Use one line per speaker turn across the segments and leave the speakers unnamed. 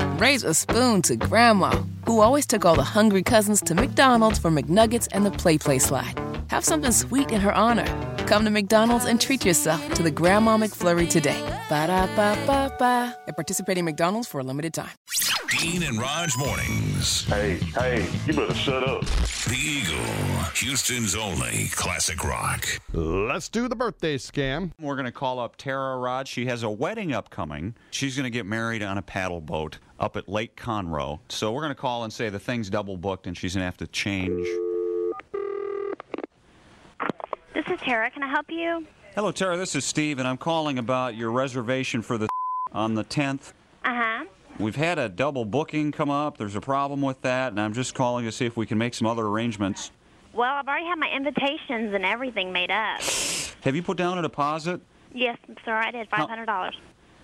raise a spoon to Grandma, who always took all the hungry cousins to McDonald's for McNuggets and the Play Play slide. Have something sweet in her honor. Come to McDonald's and treat yourself to the Grandma McFlurry today. Ba da ba ba ba. At participating McDonald's for a limited time.
Dean and Raj mornings.
Hey, hey, you better shut up.
The Eagle, Houston's only classic rock.
Let's do the birthday scam.
We're going to call up Tara Rod. She has a wedding upcoming. She's going to get married on a paddle boat up at Lake Conroe. So we're going to call and say the thing's double booked and she's going to have to change.
This is Tara. Can I help you?
Hello, Tara. This is Steve, and I'm calling about your reservation for the on the 10th.
Uh huh.
We've had a double booking come up. There's a problem with that, and I'm just calling to see if we can make some other arrangements.
Well, I've already had my invitations and everything made up.
Have you put down a deposit?
Yes, sir, I did. $500.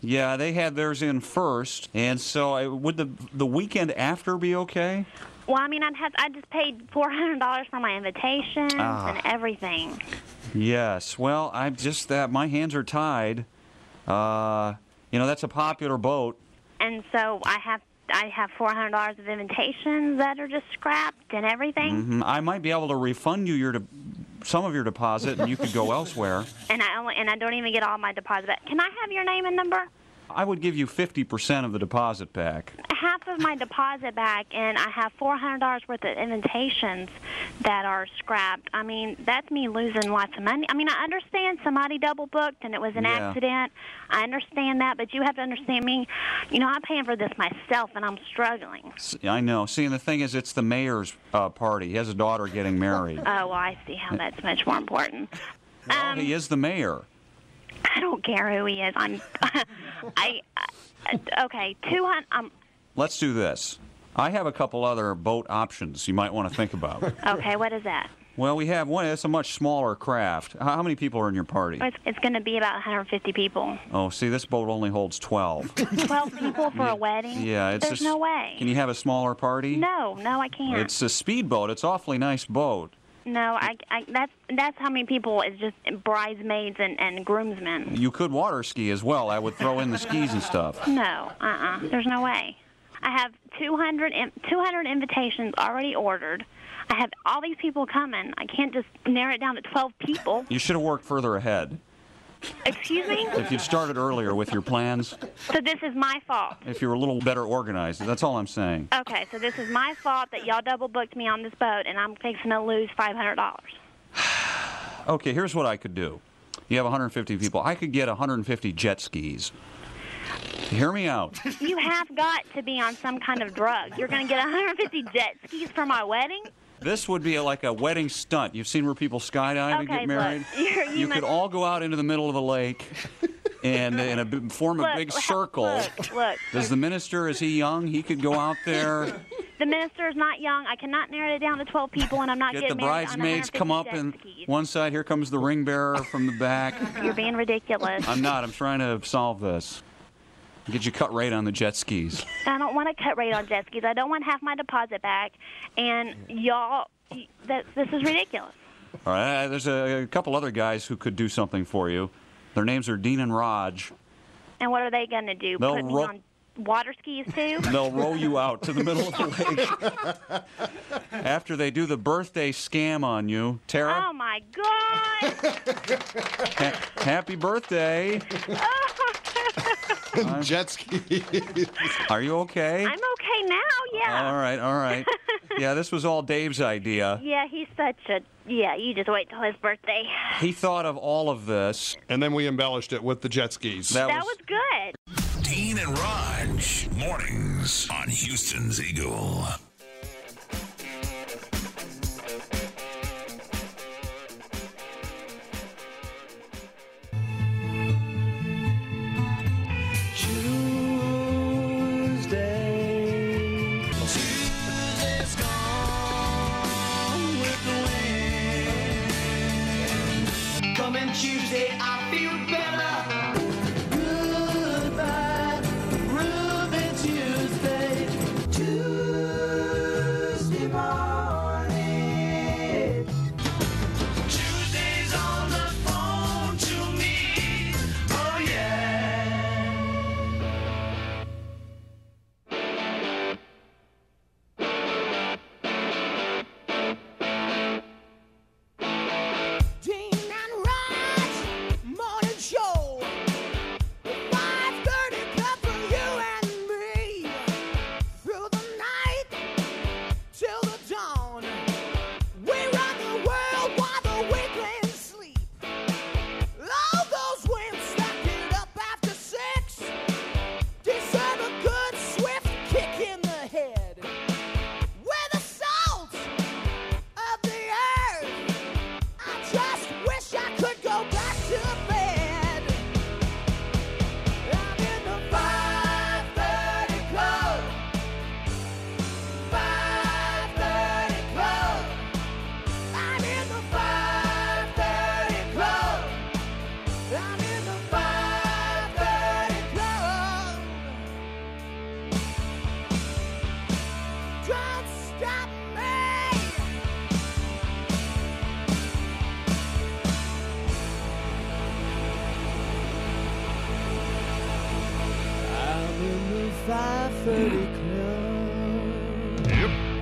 Yeah, they had theirs in first, and so I, would the the weekend after be okay?
Well, I mean, I'd have, I just paid $400 for my invitations and everything.
Yes. Well, I'm just that my hands are tied. Uh, you know, that's a popular boat.
And so I have. I have $400 of invitations that are just scrapped and everything,
Mm, I might be able to refund you your de- some of your deposit, and you could go elsewhere.
and I only and I don't even get all my deposit back. Can I have your name and number?
I would give you 50% of the deposit back.
Half of my deposit back, and I have $400 worth of invitations that are scrapped. I mean, that's me losing lots of money. I mean, I understand somebody double booked and it was an
Yeah.
accident. I understand that, but you have to understand me. You know, I'm paying for this myself, and I'm struggling.
S- I know. See, and the thing is, it's the mayor's uh, party. He has a daughter getting married.
Oh, well, I see how that's much more important.
Well, he is the mayor.
I don't care who he is. I'm, I, I okay, two hundred. Um,
Let's do this. I have a couple other boat options you might want to think about.
okay, what is that?
well, we have one. It's a much smaller craft. How, how many people are in your party?
It's, it's going to be about 150 people.
Oh, see, this boat only holds 12.
12 people for a wedding?
yeah, it's
There's
just,
no way.
Can you have a smaller party?
No, no, I can't.
It's a speedboat. It's awfully nice boat.
no, I, I, that's that's how many people is just bridesmaids and and groomsmen.
You could water ski as well. I would throw in the skis and stuff.
No, uh, uh there's no way. I have 200 in- 200 invitations already ordered. I have all these people coming. I can't just narrow it down to 12 people.
You should have worked further ahead.
Excuse me.
If you'd started earlier with your plans,
So this is my fault.
if you were a little better organized, that's all I'm saying.
Okay, so this is my fault that y'all double booked me on this boat, and I'm fixing to lose $500.
Okay, here's what I could do. You have 150 people. I could get 150 jet skis. Hear me out.
You have got to be on some kind of drug. You're going to get 150 jet skis for my wedding?
This would be like a wedding stunt. You've seen where people skydive and
Okay,
get married.
look, you're- you
could
must-
all go out into the middle of the lake and, and a, b- form a
Look,
big
look,
circle.
Look, look.
Does the minister, is he young? He could go out there.
the minister is not young. I cannot narrow it down to 12 people, and I'm not
Get the
getting married on
bridesmaids come
150
up
jet
and
skis.
one side, here comes the ring bearer from the back.
You're being ridiculous.
I'm not. I'm trying to solve this. Get you cut right on the jet skis.
I don't want to cut rate on jet skis. I don't want half my deposit back, and y'all, y- that, this is ridiculous.
All right. uh, There's a, a couple other guys who could do something for you. Their names are Dean and Raj.
And what are they going to do?
They'll
Put me
ro-
on water skis, too?
They'll row you out to the middle of the lake. After they do the birthday scam on you,
Oh,
Tara,
my God.
ha- happy birthday.
Jet ski.
Are you okay?
I'm okay now, yeah.
all right, all right. Yeah, this was all Dave's idea.
Yeah, he's such a. Yeah, you just wait till his birthday.
He thought of all of this.
and then we embellished it with the jet skis.
That,
That was good.
Dean and Raj mornings on Houston's Eagle.
Coming Tuesday, I feel better. Goodbye, Ruby Tuesday. Tuesday morning. Tuesday's on the phone to me. Oh, yeah.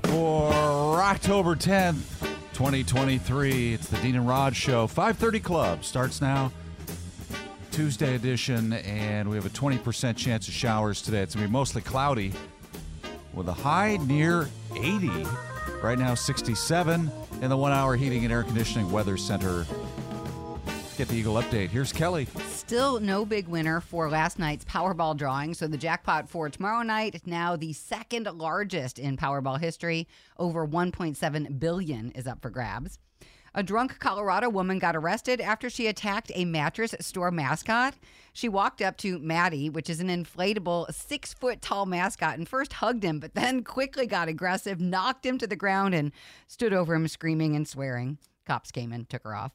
For October 10th, 2023, it's the Dean and Rod Show. 5:30 Club starts now. Tuesday edition, and we have a 20% chance of showers today. It's gonna be mostly cloudy with a high near 80. Right now, 67 in the one hour heating and air conditioning weather center. Get the Eagle update. Here's Kelly.
Still no big winner for last night's Powerball drawing. So the jackpot for tomorrow night, now the second largest in Powerball history, over 1.7 billion is up for grabs. A drunk Colorado woman got arrested after she attacked a mattress store mascot. She walked up to Maddie, which is an inflatable six foot tall mascot, and first hugged him, but then quickly got aggressive, knocked him to the ground, and stood over him screaming and swearing. Cops came and took her off.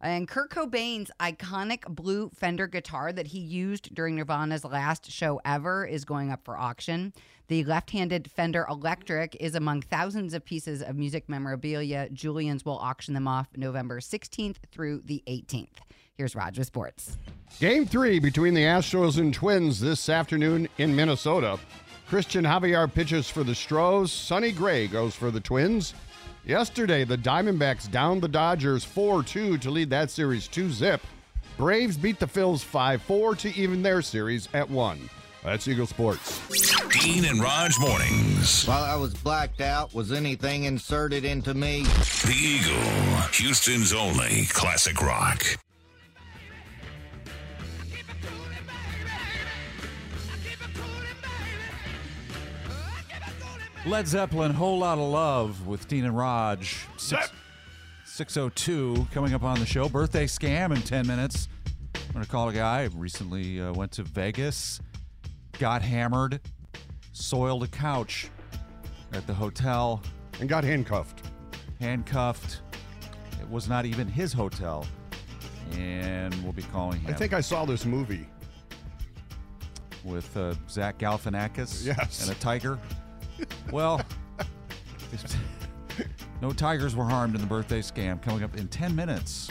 And Kurt Cobain's iconic blue Fender guitar that he used during Nirvana's last show ever is going up for auction. The left handed Fender Electric is among thousands of pieces of music memorabilia. Julian's will auction them off November 16th through the 18th. Here's Rod with Sports.
Game three between the Astros and Twins this afternoon in Minnesota. Christian Javier pitches for the Stros. Sonny Gray goes for the Twins. Yesterday, the Diamondbacks downed the Dodgers 4 2 to lead that series 2 zip. Braves beat the Phils 5 4 to even their series at 1. That's Eagle Sports.
Dean and Raj mornings.
While I was blacked out, was anything inserted into me?
The Eagle, Houston's only classic rock.
Led Zeppelin, Whole Lot of Love with Dean and Raj. Six, 602 coming up on the show. Birthday scam in 10 minutes. I'm going to call a guy. Recently uh, went to Vegas, got hammered, soiled a couch at the hotel,
And got handcuffed.
handcuffed. It was not even his hotel. And we'll be calling him
I think I saw this movie.
with uh, Zach Galifianakis
Yes.
and a tiger. Well, no tigers were harmed in the birthday scam coming up in 10 minutes.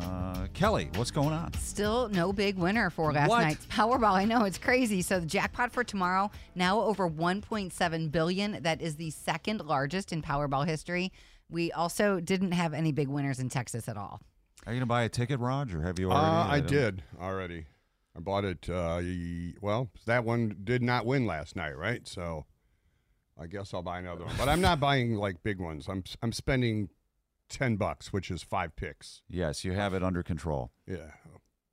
Uh, Kelly, what's going on?
Still no big winner for last
What?
night's Powerball. I know it's crazy. So the jackpot for tomorrow now over 1.7 billion. That is the second largest in Powerball history. We also didn't have any big winners in Texas at all.
Are you going to buy a ticket, Raj, or have you
Uh,
already?
I
don't-
did already. I bought it. Uh, y- well, that one did not win last night, right? So I guess I'll buy another one. But I'm not buying like big ones. I'm I'm spending ten bucks, which is five picks.
Yes, you have it under control.
Yeah,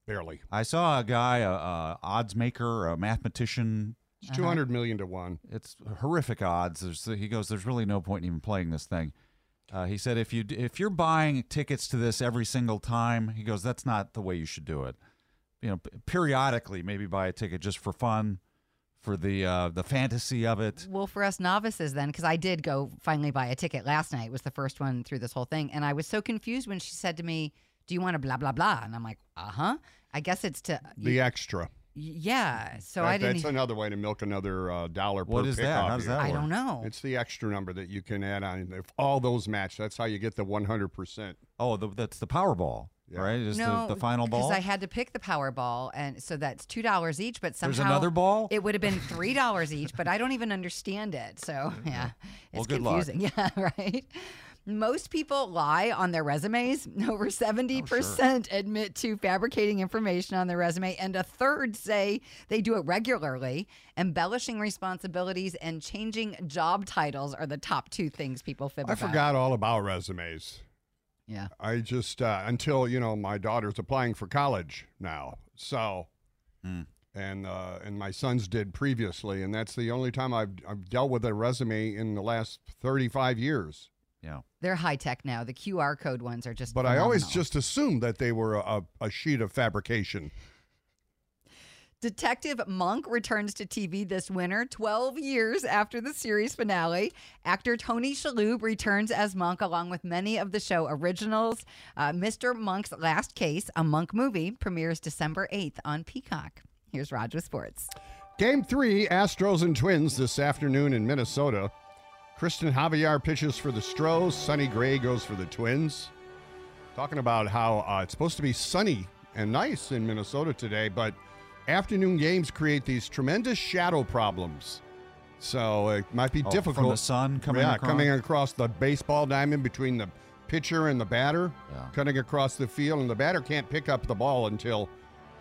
barely.
I saw a guy, a, a odds maker, a mathematician.
It's two hundred million to one.
It's horrific odds. There's, he goes, "There's really no point in even playing this thing." Uh, he said, "If you d- if you're buying tickets to this every single time, he goes, that's not the way you should do it. You know, p- periodically, maybe buy a ticket just for fun, for the uh, the fantasy of it.
Well, for us novices, then, because I did go finally buy a ticket last night, was the first one through this whole thing. And I was so confused when she said to me, Do you want to blah, blah, blah? And I'm like, Uh huh. I guess it's to,
The extra.
yeah. uh, So
That-
I didn't, e
that's another way to milk another uh, dollar
What
per
is
pick
that?
off
How does
you.
that
I
work?
don't know.
It's the extra number that you can add on. If all those match, that's how you get the one hundred percent.
Oh, the, that's the Powerball,
Yeah.
right? Is the, the final ball?
Because I had to pick the Powerball, and so that's two dollars each. But somehow
There's another ball?
It would have been three dollars each, but I don't even understand it. So yeah, it's
Well, good luck.
confusing. Yeah, right. Most people lie on their resumes.
Oh,
Over 70% admit to fabricating information on their resume, and a third say they do it regularly. Embellishing responsibilities and changing job titles are the top two things people fib
I
about.
forgot all about resumes.
Yeah.
I just uh, until you know my daughter's applying for college now, so and uh, and my sons did previously, and that's the only time I've I've dealt with a resume in the last thirty five years.
yeah.
They're high tech now. The QR code ones are just.
But I always
phenomenal.
just assumed that they were a, a sheet of fabrication.
Detective Monk returns to TV this winter, 12 years after the series finale. Actor Tony Shalhoub returns as Monk along with many of the show originals. Uh, Mr. Monk's Last Case, a Monk movie, premieres December 8th on Peacock. Here's Raj with sports.
Game three, Astros and Twins this afternoon in Minnesota. Kristen Javier pitches for the Stros. Sonny Gray goes for the Twins. Talking about how uh, it's supposed to be sunny and nice in Minnesota today, but
afternoon games create these tremendous shadow problems. So it might be
Oh, from
difficult.
the sun coming
yeah,
across?
coming across the baseball diamond between the pitcher and the batter, cutting across the field, and the batter can't pick up the ball until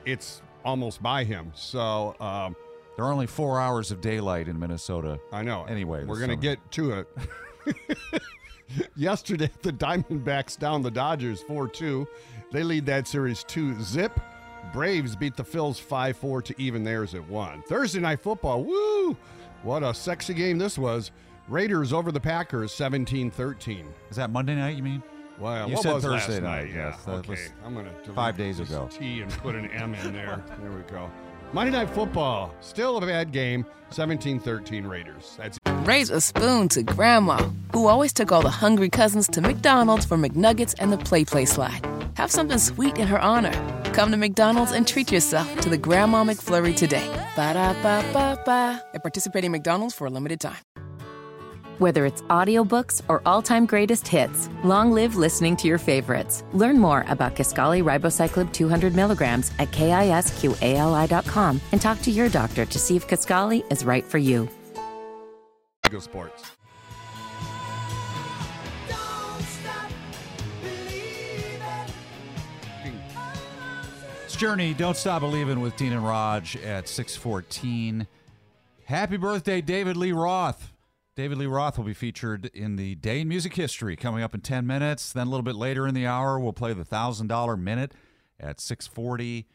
it's almost by him. So um,
There are only four hours of daylight in Minnesota.
I know.
Anyway,
we're
this
going to
summer.
get to it. Yesterday, the Diamondbacks down the Dodgers 4 2. They lead that series 2 zip. Braves beat the Phils 5 4 to even theirs at 1. Thursday night football. Woo! What a sexy game this was. Raiders over the Packers 17 13.
Is that Monday night? You mean?
Wow,
You
what
said
was last
Thursday
night?
night.
Yeah,
Yes, that
okay.
was
I'm gonna delete
five days
this
ago.
T and put an M in there. there we go. Monday Night Football, still a bad game. 17-13 Raiders. That's
Raise a spoon to Grandma, who always took all the hungry cousins to McDonald's for McNuggets and the Play Play Slide. Have something sweet in her honor. Come to McDonald's and treat yourself to the Grandma McFlurry today. Ba da ba ba ba. At participating McDonald's for a limited time.
Whether it's audiobooks or all-time greatest hits, long live listening to your favorites. Learn more about Kaskali Ribocyclib 200 milligrams at kisqali.com and talk to your doctor to see if Kaskali is right for you.
Go Sports.
It's Journey. Don't stop believing with Dean and Raj at 6:14. Happy birthday, David Lee Roth. David Lee Roth will be featured in the Day in Music History coming up in 10 minutes. Then a little bit later in the hour, we'll play the thousand dollar minute at 6:40,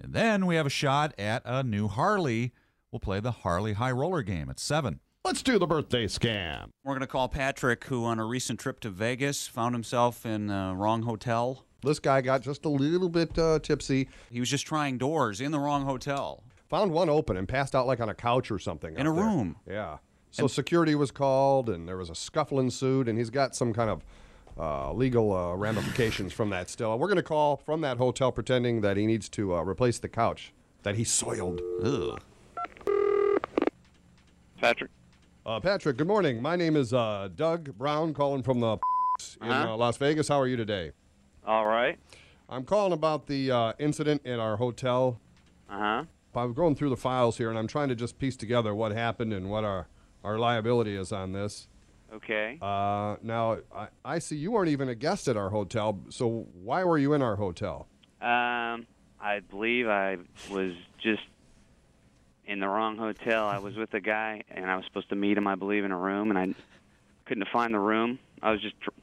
and then we have a shot at a new Harley. We'll play the Harley High Roller game at seven.
Let's do the birthday scam.
We're going to call Patrick, who on a recent trip to Vegas found himself in the wrong hotel.
This guy got just a little bit uh, tipsy.
He was just trying doors in the wrong hotel.
Found one open and passed out like on a couch or something.
In
out
a
there.
room.
Yeah. So
And-
security was called and there was a scuffle ensued and he's got some kind of uh, legal uh, ramifications from that still. We're going to call from that hotel pretending that he needs to uh, replace the couch that he soiled.
Ugh.
Patrick. Uh, Patrick, good morning. My name is uh, Doug Brown calling from the in
Uh-huh.
uh, Las Vegas. How are you today?
All right.
I'm calling about the uh, incident at our hotel.
Uh huh.
I'm going through the files here, and I'm trying to just piece together what happened and what our our liability is on this.
Okay.
Uh, now, I, I see you weren't even a guest at our hotel, so why were you in our hotel?
Um, I believe I was just in the wrong hotel. I was with a guy, and I was supposed to meet him, I believe, in a room, and I couldn't find the room. I was just dr-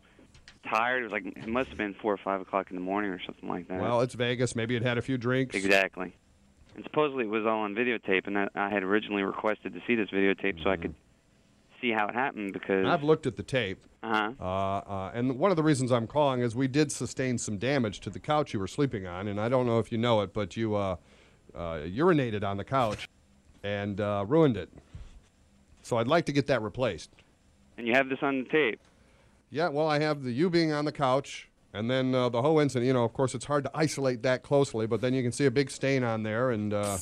tired. It was like it must have been four or five o'clock in the morning or something like that.
Well, it's Vegas. Maybe it had a few drinks.
Uh-huh. exactly. And supposedly it was all on videotape, and I, I had originally requested to see this videotape so I could see how it happened because.
And I've looked at the tape.
uh-huh.
Uh, uh, and one of the reasons I'm calling is we did sustain some damage to the couch you were sleeping on, and I don't know if you know it, but you uh, uh, urinated on the couch and uh, ruined it. So I'd like to get that replaced.
And you have this on the tape.
Yeah, well, I have the you being on the couch, and then uh, the whole incident. You know, of course, it's hard to isolate that closely, but then you can see a big stain on there, and uh,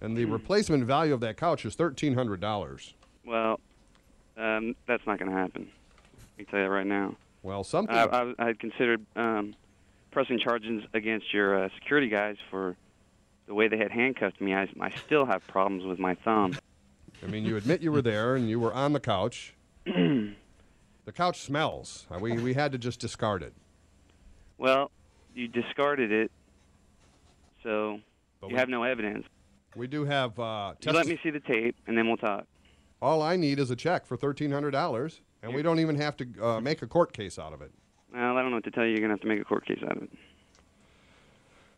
and the replacement value of that couch is thirteen hundred dollars.
Well, um, that's not going to happen. I can tell you that right now.
Well, something.
I, I, I had considered um, pressing charges against your uh, security guys for the way they had handcuffed me. I, I still have problems with my thumb.
I mean, you admit you were there and you were on the couch. the couch smells. Uh, We, we had to just discard it.
Well, you discarded it, so you have no evidence.
We do have. Uh,
You let me see the tape, and then we'll talk.
All I need is a check for $1,300, and we don't even have to uh, make a court case out of it.
Well, I don't know what to tell you. You're going to have to make a court case out of it.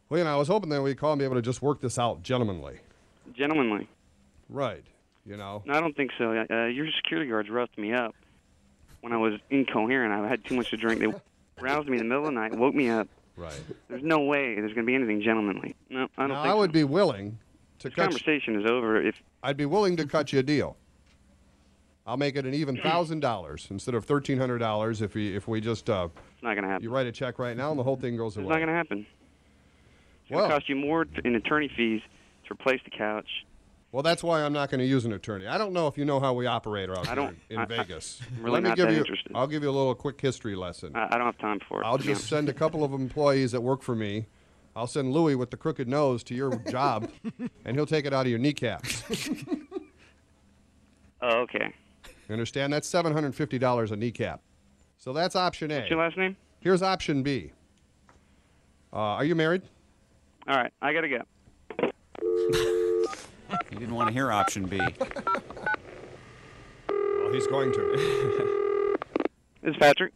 Well, you know, I was hoping that we'd call and be able to just work this out gentlemanly.
Gentlemanly.
Right. You know.
No, I don't think so. Uh, your security guards roughed me up when I was incoherent. I had too much to drink. They roused me in the middle of the night, woke me up.
Right.
There's no way there's going to be anything gentlemanly. No, I don't
now,
think
I
so.
would be willing to
This
cut.
conversation is over. If
I'd be willing to cut you a deal. I'll make it an even thousand dollars instead of thirteen hundred dollars if we if we just uh,
it's not going to happen.
you write a check right now and the whole thing goes
It's
away.
not going to happen. It's going
Well-
to cost you more t- in attorney fees to replace the couch.
Well, that's why I'm not going to use an attorney. I don't know if you know how we operate out
I
here
don't-
in
I- I-
Vegas.
I'm really
Let me
not
give
that
you,
interested.
I'll give you a little quick history lesson.
I, I don't have time for it.
I'll
to be
just
honest.
send a couple of employees that work for me
I'll send Louis with the crooked nose to your job, and he'll take it out of your kneecap.
Oh, okay.
You understand? That's seven hundred fifty dollars a kneecap. So that's option A.
What's your last name?
Here's option B. Uh, are you married?
All right, I gotta go.
You didn't want to hear option B.
Well, he's going to.
It's Patrick.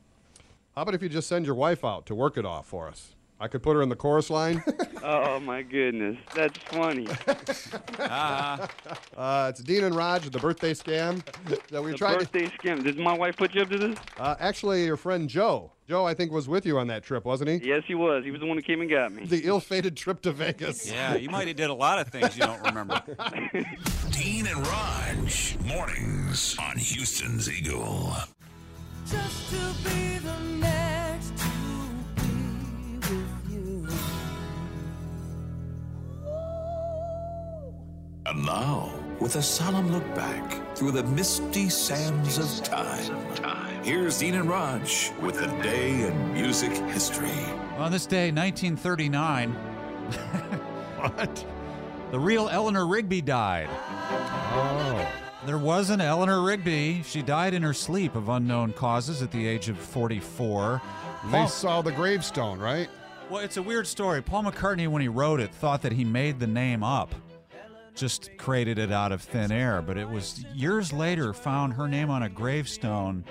How about if you just send your wife out to work it off for us? I could put her in the chorus line.
Oh my goodness, that's funny.
Uh, it's Dean and Raj, the birthday scam that we
the
tried. to-
birthday scam. Did my wife put you up to this?
Uh, actually, your friend Joe. Joe, I think, was with you on that trip, wasn't he?
Yes, he was. He was the one who came and got me.
The ill-fated trip to Vegas.
Yeah, you might have did a lot of things you don't remember.
Dean and Raj, mornings on Houston's Eagle.
Just to be the next to be with you.
And now, with a solemn look back through the misty sands of time, here's Dean and Raj with a day in music history.
On this day, 1939. what? The real Eleanor Rigby died. Oh. There was an Eleanor Rigby. She died in her sleep of unknown causes at the age of 44.
They saw the gravestone, right?
Well, it's a weird story. Paul McCartney, when he wrote it, thought that he made the name up, just created it out of thin air. But it was years later found her name on a gravestone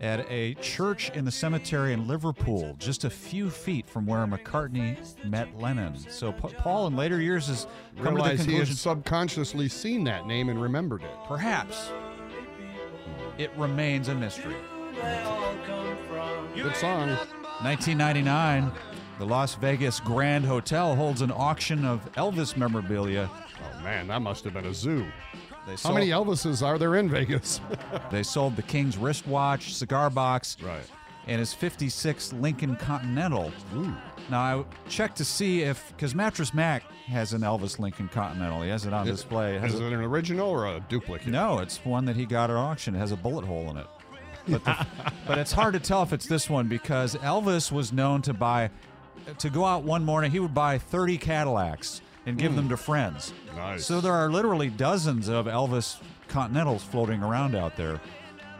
at a church in the cemetery in Liverpool, just a few feet from where McCartney met Lennon. So Pa- Paul, in later years, has come
Realize
to the
he
conclusion
had subconsciously seen that name and remembered it.
perhaps it remains a mystery.
Good song.
1999, the Las Vegas Grand Hotel holds an auction of Elvis memorabilia.
Oh man, that must have been a zoo.
They
How
sold,
many Elvises are there in Vegas?
they sold the King's wristwatch, cigar box, right. and his 56 Lincoln Continental. Now I checked to see if because Mattress Mac has an Elvis Lincoln Continental. He has it on
Is-
display.
is it
an original or a duplicate? No, it's one that he got at auction. It has a bullet hole in it. But, the, but it's hard to tell if it's this one because Elvis was known to buy, to go out one morning, he would buy 30 Cadillacs and give them to friends. Nice. So there are literally dozens of Elvis Continentals floating around out there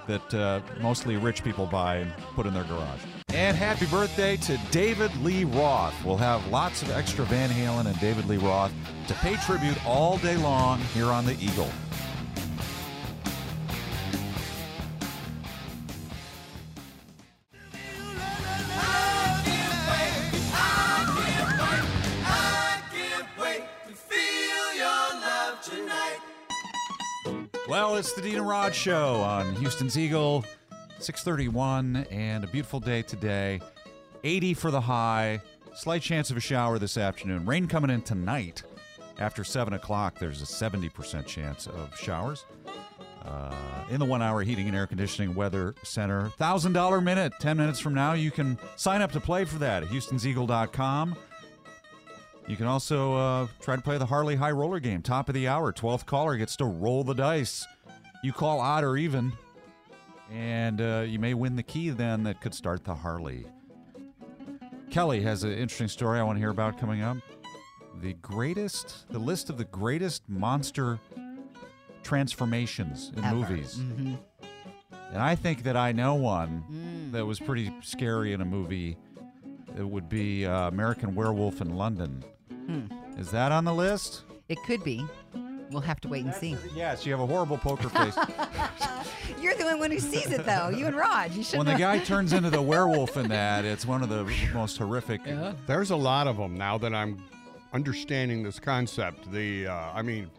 that uh, mostly rich people buy and put in their garage. And happy birthday to David Lee Roth. We'll have lots of extra Van Halen and David Lee Roth to pay tribute all day long here on The Eagle. Well, it's the Dean and Rod Show on Houston's Eagle, 631, and a beautiful day today. 80 for the high, slight chance of a shower this afternoon. Rain coming in tonight. After 7 o'clock, there's a 70% chance of showers. Uh, in the one hour heating and air conditioning weather center. $1,000 minute. 10 minutes from now, you can sign up to play for that at houstonseagle.com. You can also uh, try to play the Harley High Roller game. Top of the hour, 12th caller gets to roll the dice. You call odd or even, and uh, you may win the key then that could start the Harley. Kelly has an interesting story I want to hear about coming up. The greatest, the list of the greatest monster transformations in
Ever.
movies.
Mhm.
And I think that I know one
Mm.
that was pretty scary in a movie. It would be uh, American Werewolf in London.
Hmm.
Is that on the list?
It could be. We'll have to wait and see.
Yes, you have a horrible poker face.
You're the only one who sees it, though. You and Rod. You should.
when the guy turns into the werewolf in that, it's one of the most horrific.
There's a lot of them now that I'm understanding this concept. The uh, I mean,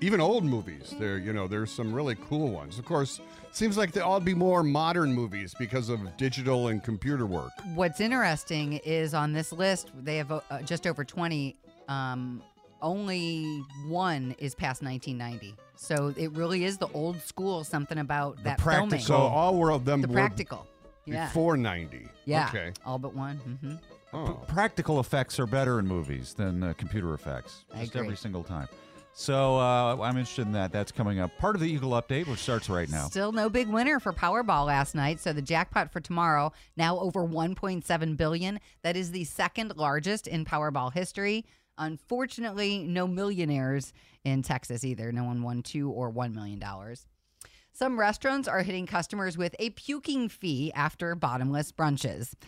even old movies. There, you know, there's some really cool ones. Of course, seems like they all be more modern movies because of digital and computer work.
What's interesting is on this list, they have uh, just over 20. Um, only one is past 1990. So it really is the old school something about that filming.
So all were of them
the
were
practical. Yeah.
before '90.
Yeah.
Okay.
All but one. hmm
Practical effects are better in movies than uh, computer effects.
I
Just
agree.
every single time. So uh, I'm interested in that. That's coming up. Part of the Eagle Update, which starts right now.
Still no big winner for Powerball last night, so the jackpot for tomorrow now over 1.7 billion. That is the second largest in Powerball history. Unfortunately, no millionaires in Texas either. No one won 2 or 1 million dollars. Some restaurants are hitting customers with a puking fee after bottomless brunches.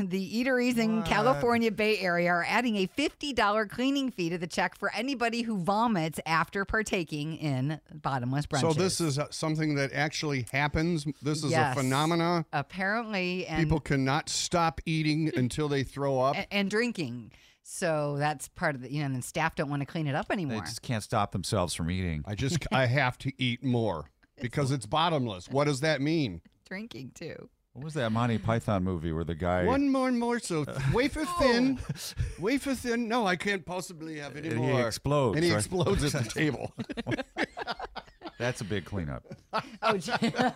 The eateries in California Bay Area are adding a $50 cleaning fee to the check for anybody who vomits after partaking in bottomless brunches.
So this is uh, something that actually happens. This is
Yes.
a phenomena.
apparently and
People cannot stop eating until they throw up.
and, and drinking. So that's part of the you know, and then staff don't want to clean it up
They
anymore.
just can't stop themselves from eating.
I just I have to eat more because it's bottomless. What does that mean?
drinking too.
What was that Monty Python movie where the guy?
One more and more so wafer thin, wafer thin. No, I can't possibly have any
And he
more.
explodes,
And he
right?
explodes at the table.
That's a big cleanup.
Oh, gee.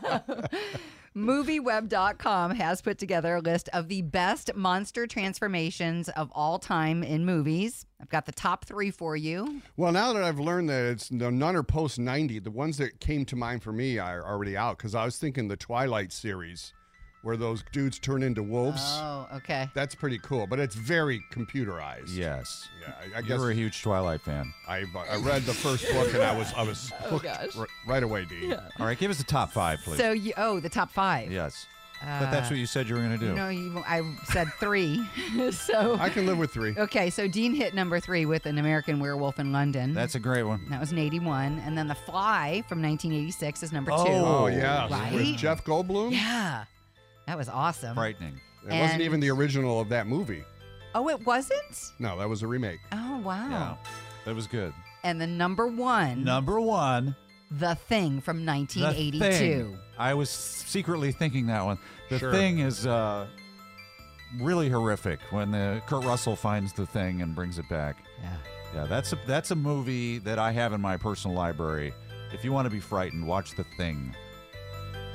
MovieWeb.com has put together a list of the best monster transformations of all time in movies. I've got the top three for you.
Well, now that I've learned that it's no, none are post 90, the ones that came to mind for me are already out because I was thinking the Twilight series where those dudes turn into wolves.
Oh, okay.
That's pretty cool, but it's very computerized.
Yes.
Yeah, I, I
you
guess
were a huge Twilight fan.
I, I read the first book and I was I was
Oh,
hooked
gosh.
r- right away, Dean.
All right, give us the top five, please.
So uh, you oh the top five.
yes. but that's what you said you were going to do.
No, you, I said three. so
I can live with three.
Okay, so Dean hit number three with an American Werewolf in London.
That's a great one.
And that was an 81. And then The Fly from 1986 is number two.
Oh, yeah. With
Right?
Jeff Goldblum?
Yeah. That was awesome.
Frightening.
It wasn't
Uh-huh. And-
even the original of that movie.
Oh, it wasn't?
No, that was a remake.
Oh, wow.
Yeah. That was good.
And the number one,
Number one,
The Thing from
The
1982.
Thing. I was secretly thinking that one. The
Sure.
thing is uh, really horrific when the Kurt Russell finds the thing and brings it back.
Yeah.
Yeah, that's a that's a movie that I have in my personal library. If you want to be frightened, watch The Thing.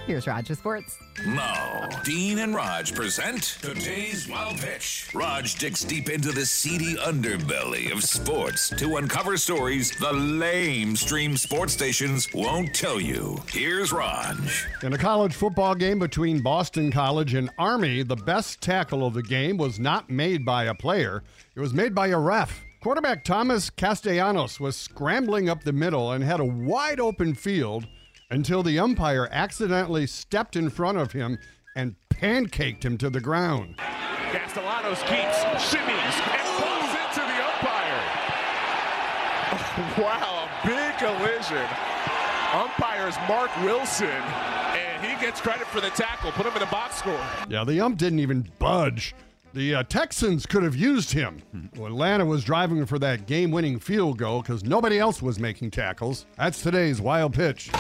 Here's Roger Sports.
Now, Dean and Raj present today's wild pitch. Raj digs deep into the seedy underbelly of sports to uncover stories the lame stream sports stations won't tell you. Here's Raj.
In a college football game between Boston College and Army, the best tackle of the game was not made by a player, it was made by a ref. Quarterback Thomas Castellanos was scrambling up the middle and had a wide open field until the umpire accidentally stepped in front of him and pancaked him to the ground.
Castellanos keeps, shimmies, and bumps into the umpire. wow, a big collision. Umpire is Mark Wilson, and he gets credit for the tackle. Put him in the box score.
Yeah, the ump didn't even budge. The uh, Texans could have used him. Well, Atlanta was driving for that game winning field goal because nobody else was making tackles. That's today's wild pitch.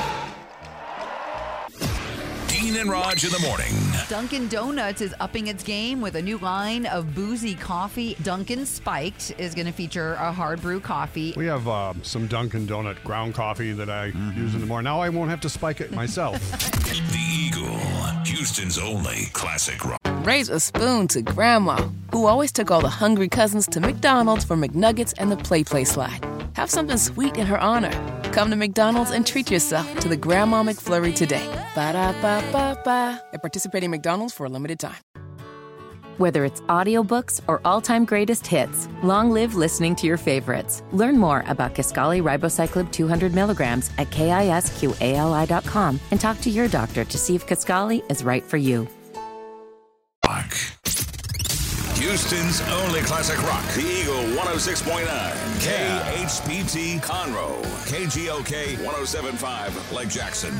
Dean and Raj in the morning.
Dunkin' Donuts is upping its game with a new line of boozy coffee. Dunkin' Spiked is going to feature a hard brew coffee.
We have uh, some Dunkin' Donut ground coffee that I use in the morning. Now I won't have to spike it myself.
The Eagle, Houston's only classic rock.
Raise a spoon to Grandma, who always took all the hungry cousins to McDonald's for McNuggets and the Play Play Slide. Have something sweet in her honor. Come to McDonald's and treat yourself to the Grandma McFlurry today. Ba da ba ba ba. At participating McDonald's for a limited time.
Whether it's audiobooks or all-time greatest hits, long live listening to your favorites. Learn more about Kaskali Ribocyclib 200 milligrams at kisqali.com and talk to your doctor to see if Kaskali is right for you.
Houston's only classic rock. The Eagle 106.9. KHPT Conroe. KGOK 1075 Lake Jackson.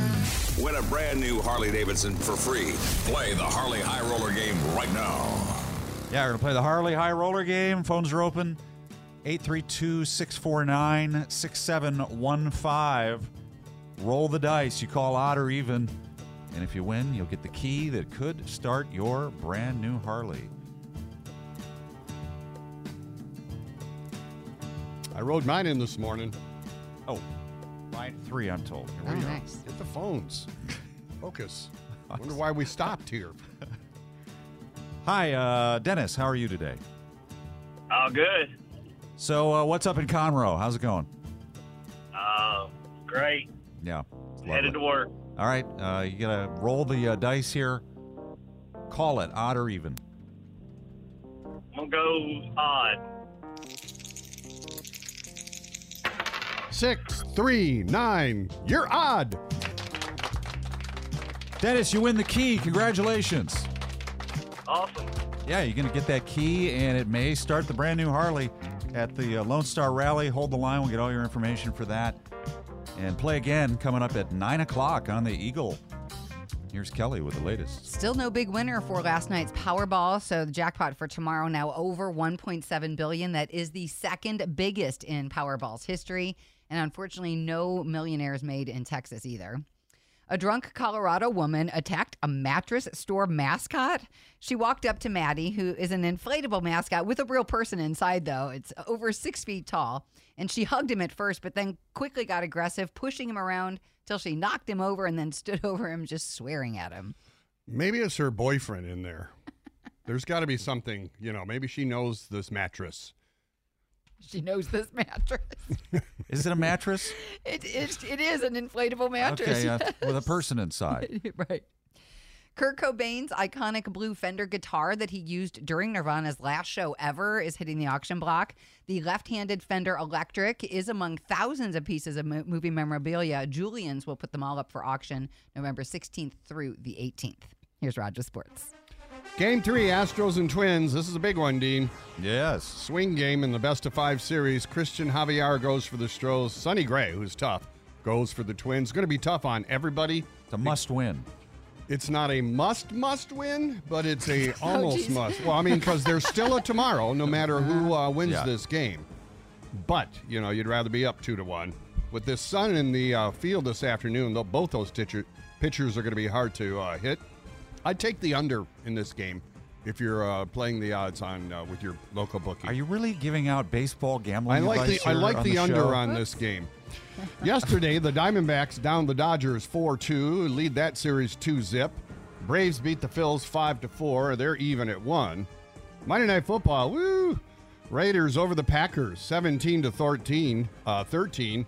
Win a brand new Harley Davidson for free. Play the Harley High Roller game right now.
Yeah, we're going to play the Harley High Roller game. Phones are open 832 649 6715. Roll the dice. You call odd or even. And if you win, you'll get the key that could start your brand new Harley.
I rode mine in this morning.
Oh, line three, I'm told. Here
Oh,
we are.
nice. Get the phones. Focus. Wonder why we stopped here.
Hi, uh, Dennis. How are you today?
Oh, good.
So, uh, what's up in Conroe? How's it going?
Great.
Yeah. it's
Headed
lovely.
to work.
All right, uh, you gotta roll the uh, dice here. Call it odd or even.
I'm going to go odd.
Six, three, nine. You're odd.
Dennis, you win the key. Congratulations.
Awesome.
Yeah, you're gonna get that key, and it may start the brand new Harley at the uh, Lone Star Rally. Hold the line. We'll get all your information for that, and play again coming up at nine o'clock on the Eagle. Here's Kelly with the latest.
Still no big winner for last night's Powerball, so the jackpot for tomorrow now over 1.7 billion. That is the second biggest in Powerball's history, and unfortunately, no millionaires made in Texas either. A drunk Colorado woman attacked a mattress store mascot. She walked up to Maddie, who is an inflatable mascot with a real person inside, though. It's over six feet tall. And she hugged him at first, but then quickly got aggressive, pushing him around till she knocked him over and then stood over him, just swearing at him.
Maybe it's her boyfriend in there. There's got to be something, you know. Maybe she knows this mattress.
She knows this mattress.
Is it a mattress?
It, it, it is an inflatable mattress.
Okay, uh, with a person inside.
right. Kurt Cobain's iconic blue Fender guitar that he used during Nirvana's last show ever is hitting the auction block. The left handed Fender Electric is among thousands of pieces of mo- movie memorabilia. Julian's will put them all up for auction November 16th through the 18th. Here's Roger Sports.
Game three, Astros and Twins. This is a big one, Dean.
Yes.
Swing game in the best of five series. Christian Javier goes for the Stros. Sonny Gray, who's tough, goes for the Twins. Going to be tough on everybody. It's
a must win.
It's not a must must win, but it's a
Oh,
almost
geez.
must. Well, I mean, because there's still a tomorrow, no matter who uh, wins
Yeah.
this game. But you know, you'd rather be up two to one. With this sun in the uh, field this afternoon, though, both those pitcher, pitchers are going to be hard to uh, hit. I'd take the under in this game if you're uh, playing the odds on uh, with your local bookie.
Are you really giving out baseball gambling?
I like
advice
the I
here
like
on
the,
the
under
show?
on this game. Yesterday, the Diamondbacks down the Dodgers 4-2, lead that series 2-zip. Braves beat the Phils 5-4, they're even at 1. Monday Night Football, woo! Raiders over the Packers 17 to 13, uh 13.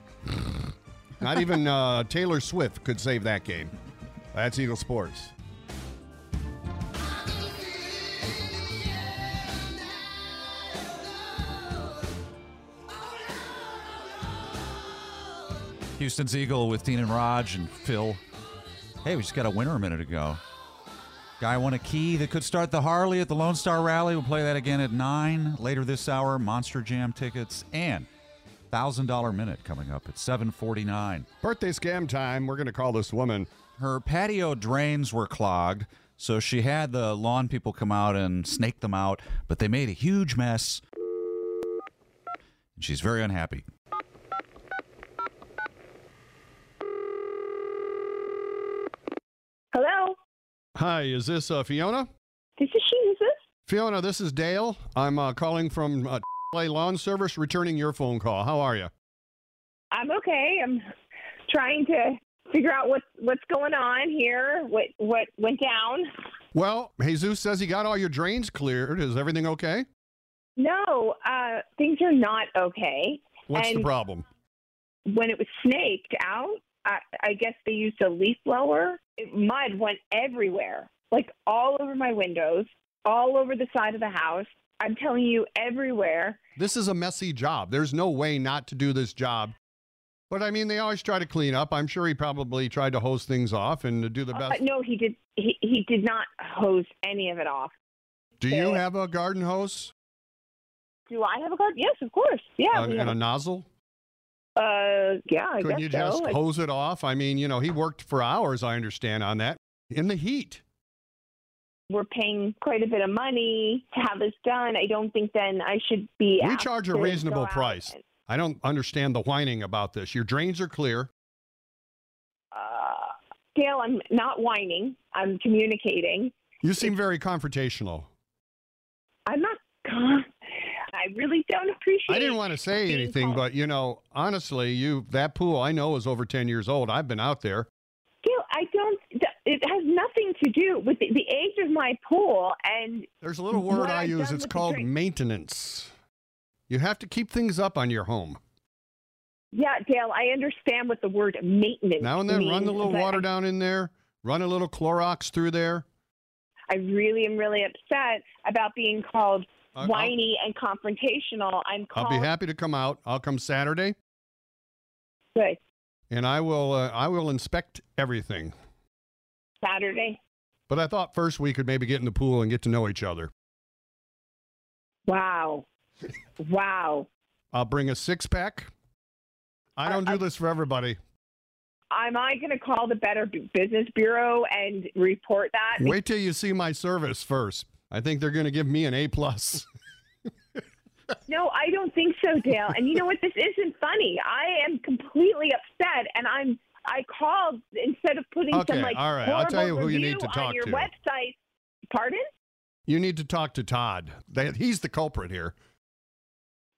Not even uh, Taylor Swift could save that game. That's Eagle Sports.
Houston's Eagle with Dean and Raj and Phil. Hey, we just got a winner a minute ago. Guy won a key that could start the Harley at the Lone Star Rally. We'll play that again at 9 later this hour. Monster Jam tickets and $1,000 minute coming up at 749.
Birthday scam time. We're going to call this woman.
Her patio drains were clogged, so she had the lawn people come out and snake them out, but they made a huge mess. She's very unhappy.
Hello,
Hi, is this uh, Fiona?
this is she. Who's this?
Fiona, this is Dale. I'm uh, calling from uh, LA Lawn Service, returning your phone call. How are you?
I'm okay. I'm trying to figure out what's what's going on here. What what went down?
Well, Jesus says he got all your drains cleared. Is everything okay?
No, uh, things are not okay.
What's
and
the problem?
When it was snaked out, I, I guess they used a leaf blower. It, mud went everywhere, like all over my windows, all over the side of the house. I'm telling you, everywhere.
This is a messy job. There's no way not to do this job. But I mean, they always try to clean up. I'm sure he probably tried to hose things off and to do the
Uh,
best.
no, he did. He, he did not hose any of it off.
do you have a garden hose
Do I have a garden? Yes, of course. Yeah,
An-
we
and
have
a nozzle?
Uh, yeah, I
Couldn't
guess
you just
so.
hose it off? I mean, you know, he worked for hours, I understand, on that in the heat.
We're paying quite a bit of money to have this done. I don't think then I should be.
We
asked
charge a
to go
reasonable
out
price.
and-
I don't understand the whining about this. Your drains are clear.
Uh, Dale, I'm not whining. I'm communicating.
You seem very confrontational.
I'm not. I really don't appreciate.
I didn't want to say anything, but you know, honestly, you that pool I know is over 10 years old. I've been out there.
Dale, I don't. th- It has nothing to do with the, the age of my pool and.
There's a little word
what
I
I've
use.
done
It's
with the
called
drink.
maintenance. You have to keep things up on your home.
Yeah, Dale, I understand what the word maintenance
Now and then, run the
means,
little
but
water down in there. Run a little Clorox through there.
I really am really upset about being called
I'll-
whiny and confrontational. I'm
I'll
called
be happy to come out. I'll come Saturday,
Good.
and I will. Uh, I will inspect everything.
Saturday.
But I thought first we could maybe get in the pool and get to know each other.
Wow. wow.
I'll bring a six pack. I don't do this for everybody.
Am I going to call the Better Bu- Business Bureau and report that?
Wait till you see my service first. I think they're going to give me an A plus.
No, I don't think so, Dale. And you know what? This isn't funny. I am completely upset, and I'm I called instead of putting
Okay,
some like
all right. I'll tell you who
horrible
you need
review
to
on
talk
your
to.
website. Pardon?
you need to talk to Todd. That he's the culprit here.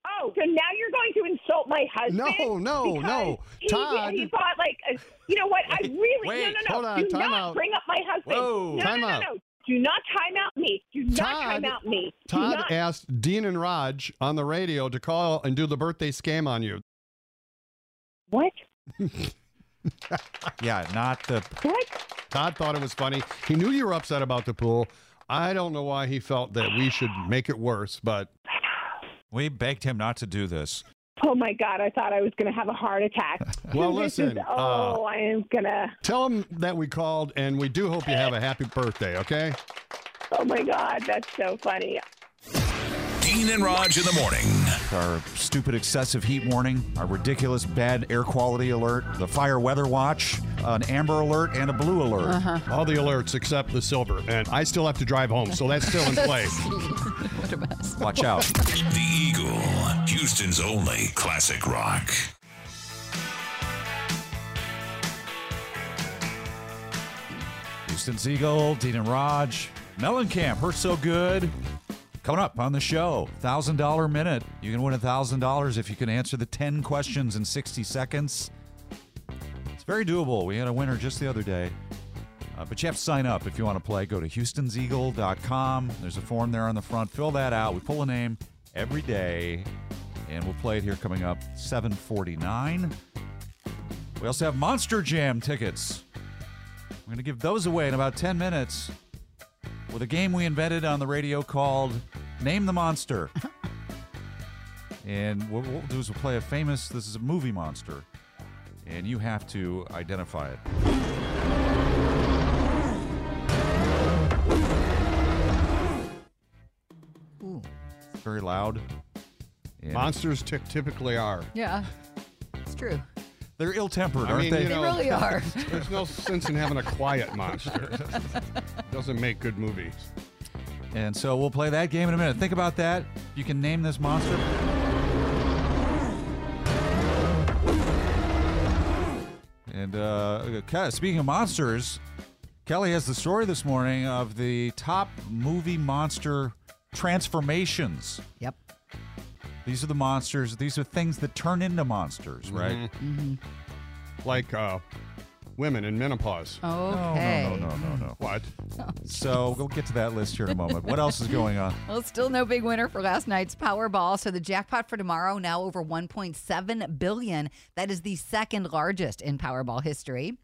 Oh, so now you're going to insult my husband?
No, no,
Because
no.
he-
Todd.
He bought like a, you know what? I really no
wait,
no no.
hold on,
Do
time
not
out.
bring up my husband.
Whoa.
no,
Time
no, no,
out.
no. Do not time out me. Do not time
Todd-
out me. Do
Todd
not-
asked Dean and Raj on the radio to call and do the birthday scam on you.
What?
Yeah, not the.
What?
Todd thought it was funny. He knew you were upset about the pool. I don't know why he felt that we should make it worse, but.
We begged him not to do this.
Oh my God! I thought I was going to have a heart attack.
Well,
This
listen,
Is, oh, I am gonna.
Tell him that we called, and we do hope you have a happy birthday, okay?
Oh my God, that's so funny.
Dean and Raj in the morning.
Our stupid excessive heat warning, our ridiculous bad air quality alert, the fire weather watch, an amber alert, and a blue alert.
Uh-huh.
All the alerts except the silver, and I still have to drive home, so that's still in play.
what a mess.
Watch out.
The Eagle, Houston's only classic rock.
Houston Siegel, Dean and Raj, Mellencamp, her so good. Coming up on the show, thousand dollar minute. You can win thousand dollars if you can answer the ten questions in sixty seconds. It's very doable. We had a winner just the other day. Uh, but you have to sign up if you want to play. Go to houstonseagle.com. There's a form there on the front. Fill that out. We pull a name every day, and we'll play it here coming up 749. We also have Monster Jam tickets. We're going to give those away in about 10 minutes with a game we invented on the radio called Name the Monster. and what we'll do is we'll play a famous, this is a movie monster, and you have to identify it.
Ooh.
It's very loud.
Monsters t- typically are.
Yeah, it's true.
They're ill-tempered,
I
aren't
mean,
they?
you know,
really are.
There's no sense in having a quiet monster. Doesn't make good movies.
And so we'll play that game in a minute. Think about that. You can name this monster. And uh, Ke- speaking of monsters, Kelly has the story this morning of the top movie monster transformations.
Yep.
These are the monsters. These are things that turn into monsters, right?
Mhm.
Mm-hmm. Like uh, women in menopause.
Okay.
No, no, no, no, no.
What?
So we'll get to that list here in a moment. What else is going on?
Well, still no big winner for last night's Powerball. So the jackpot for tomorrow now over 1.7 billion. That is the second largest in Powerball history.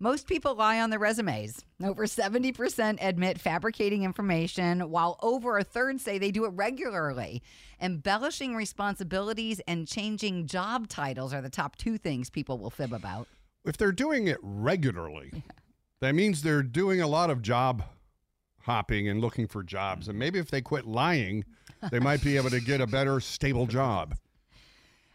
Most people lie on their resumes. Over 70% admit fabricating information, while over a third say they do it regularly. Embellishing responsibilities and changing job titles are the top two things people will fib about.
If they're doing it regularly, that means they're doing a lot of job hopping and looking for jobs. And maybe if they quit lying, they might be able to get a better, stable job.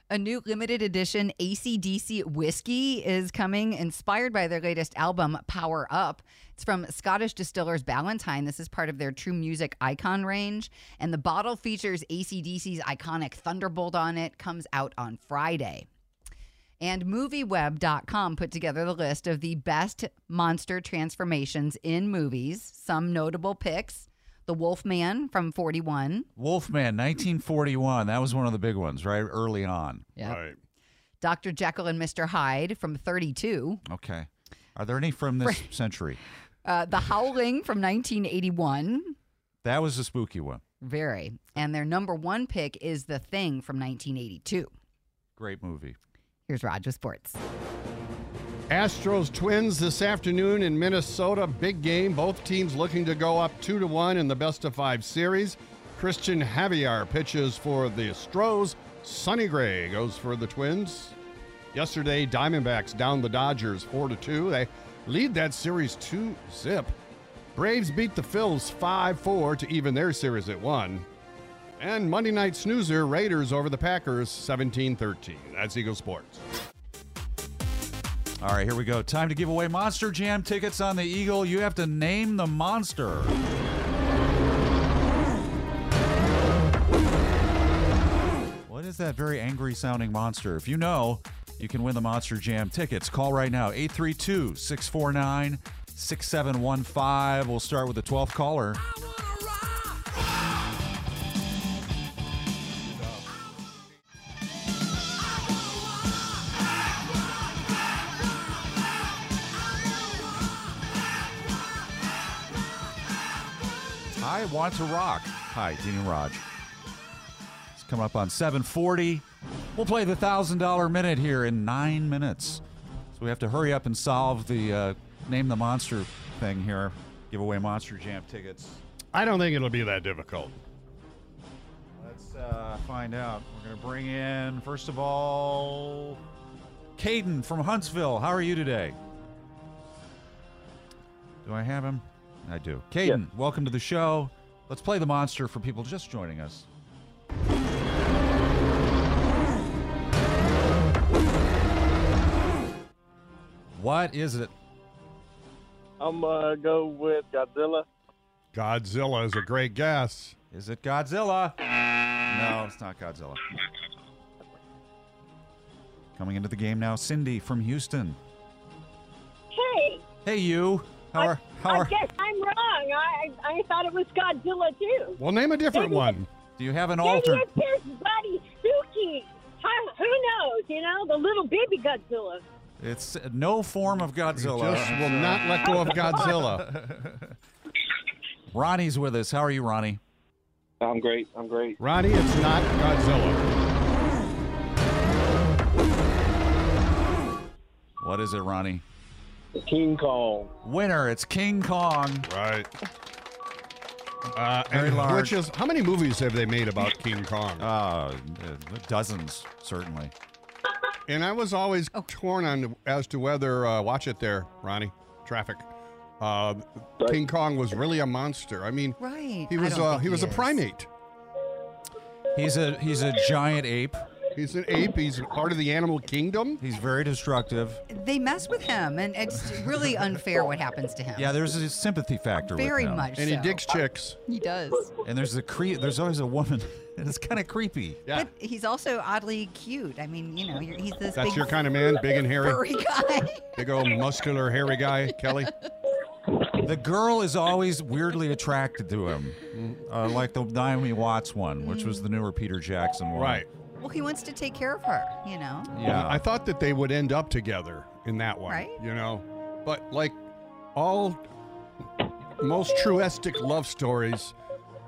A new limited edition ACDC whiskey is coming, inspired by their latest album, Power Up. It's from Scottish distillers Ballantine. This is part of their true music icon range. And the bottle features ACDC's iconic Thunderbolt on it, comes out on Friday. And MovieWeb.com put together the list of the best monster transformations in movies, some notable picks. The Wolfman from 41.
Wolfman, 1941. That was one of the big ones, right? Early on.
Yeah.
Right.
Dr. Jekyll and Mr. Hyde from 32.
Okay. Are there any from this century?
Uh, the Howling from 1981.
That was a spooky one.
Very. And their number one pick is The Thing from 1982.
Great movie.
Here's Raj with sports.
Astros Twins this afternoon in Minnesota. Big game. Both teams looking to go up 2 to 1 in the best of 5 series. Christian Javier pitches for the Astros. Sonny Gray goes for the Twins. Yesterday, Diamondbacks down the Dodgers 4 to 2. They lead that series 2 zip. Braves beat the Phils 5 4 to even their series at 1. And Monday night snoozer Raiders over the Packers 17 13. That's Eagle Sports.
All right, here we go. Time to give away Monster Jam tickets on the Eagle. You have to name the monster. What is that very angry sounding monster? If you know, you can win the Monster Jam tickets. Call right now 832 649 6715. We'll start with the 12th caller. I want to rock. Hi, Dean and Raj. It's coming up on 740. We'll play the $1,000 minute here in nine minutes. So we have to hurry up and solve the uh, name the monster thing here. Give away Monster Jam tickets.
I don't think it'll be that difficult.
Let's uh, find out. We're going to bring in, first of all, Caden from Huntsville. How are you today? Do I have him? I do. Caden, welcome to the show. Let's play the monster for people just joining us. What is it?
I'm uh, go with Godzilla.
Godzilla is a great guess.
Is it Godzilla? Uh, No, it's not Godzilla. Coming into the game now, Cindy from Houston.
Hey,
Hey, you. How are? How
I
are?
guess I'm wrong. I I thought it was Godzilla too.
Well, name a different one.
Do you have an
Maybe
alter?
it's his buddy Suki. How- Who knows? You know, the little baby Godzilla.
It's no form of Godzilla.
just will not let go of Godzilla.
Ronnie's with us. How are you, Ronnie?
I'm great. I'm great.
Ronnie, it's not Godzilla.
What is it, Ronnie?
King Kong.
Winner. It's King Kong.
Right. Uh,
Very
and
large.
Which is how many movies have they made about King Kong?
Uh, dozens, certainly.
And I was always
Oh.
torn on as to whether uh, watch it there, Ronnie. Traffic. Uh, King Kong was really a monster. I mean,
Right.
he
I
was
don't
uh,
think
he was a
is.
primate.
He's a he's a giant ape.
He's an ape. He's part of the animal kingdom.
He's very destructive.
They mess with him, and it's really unfair what happens to him.
Yeah, there's a sympathy factor. with
Very
him.
much And he so. digs
chicks.
He does.
And there's the cre- There's always a woman. and it's kind of creepy.
But he's also oddly cute. I mean, you know, you're, he's this
That's
big
your kind of man, big and hairy.
furry guy.
Big old muscular hairy guy, Kelly.
The girl is always weirdly attracted to him, uh, like the Naomi Watts one, which was the newer Peter Jackson one.
Right.
well, he wants to take care of her, you know.
Yeah.
I thought that they would end up together in that one.
Right.
You know, but like all most truistic love stories,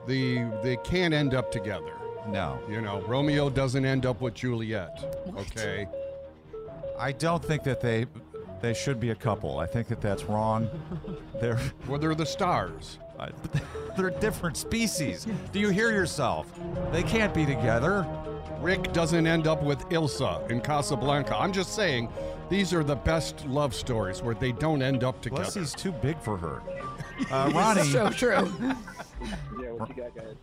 the they can't end up together.
No,
You know, Romeo doesn't end up with Juliet. Okay.
I don't think that they they should be a couple. I think that that's wrong. They're
Well, they're the stars.
I- they're different species. Do you hear yourself? They can't be together.
Rick doesn't end up with Ilsa in Casablanca. I'm just saying, these are the best love stories where they don't end up together.
Plus, he's too big for her. Uh, Ronnie,
true.
Yeah, what you got, guys?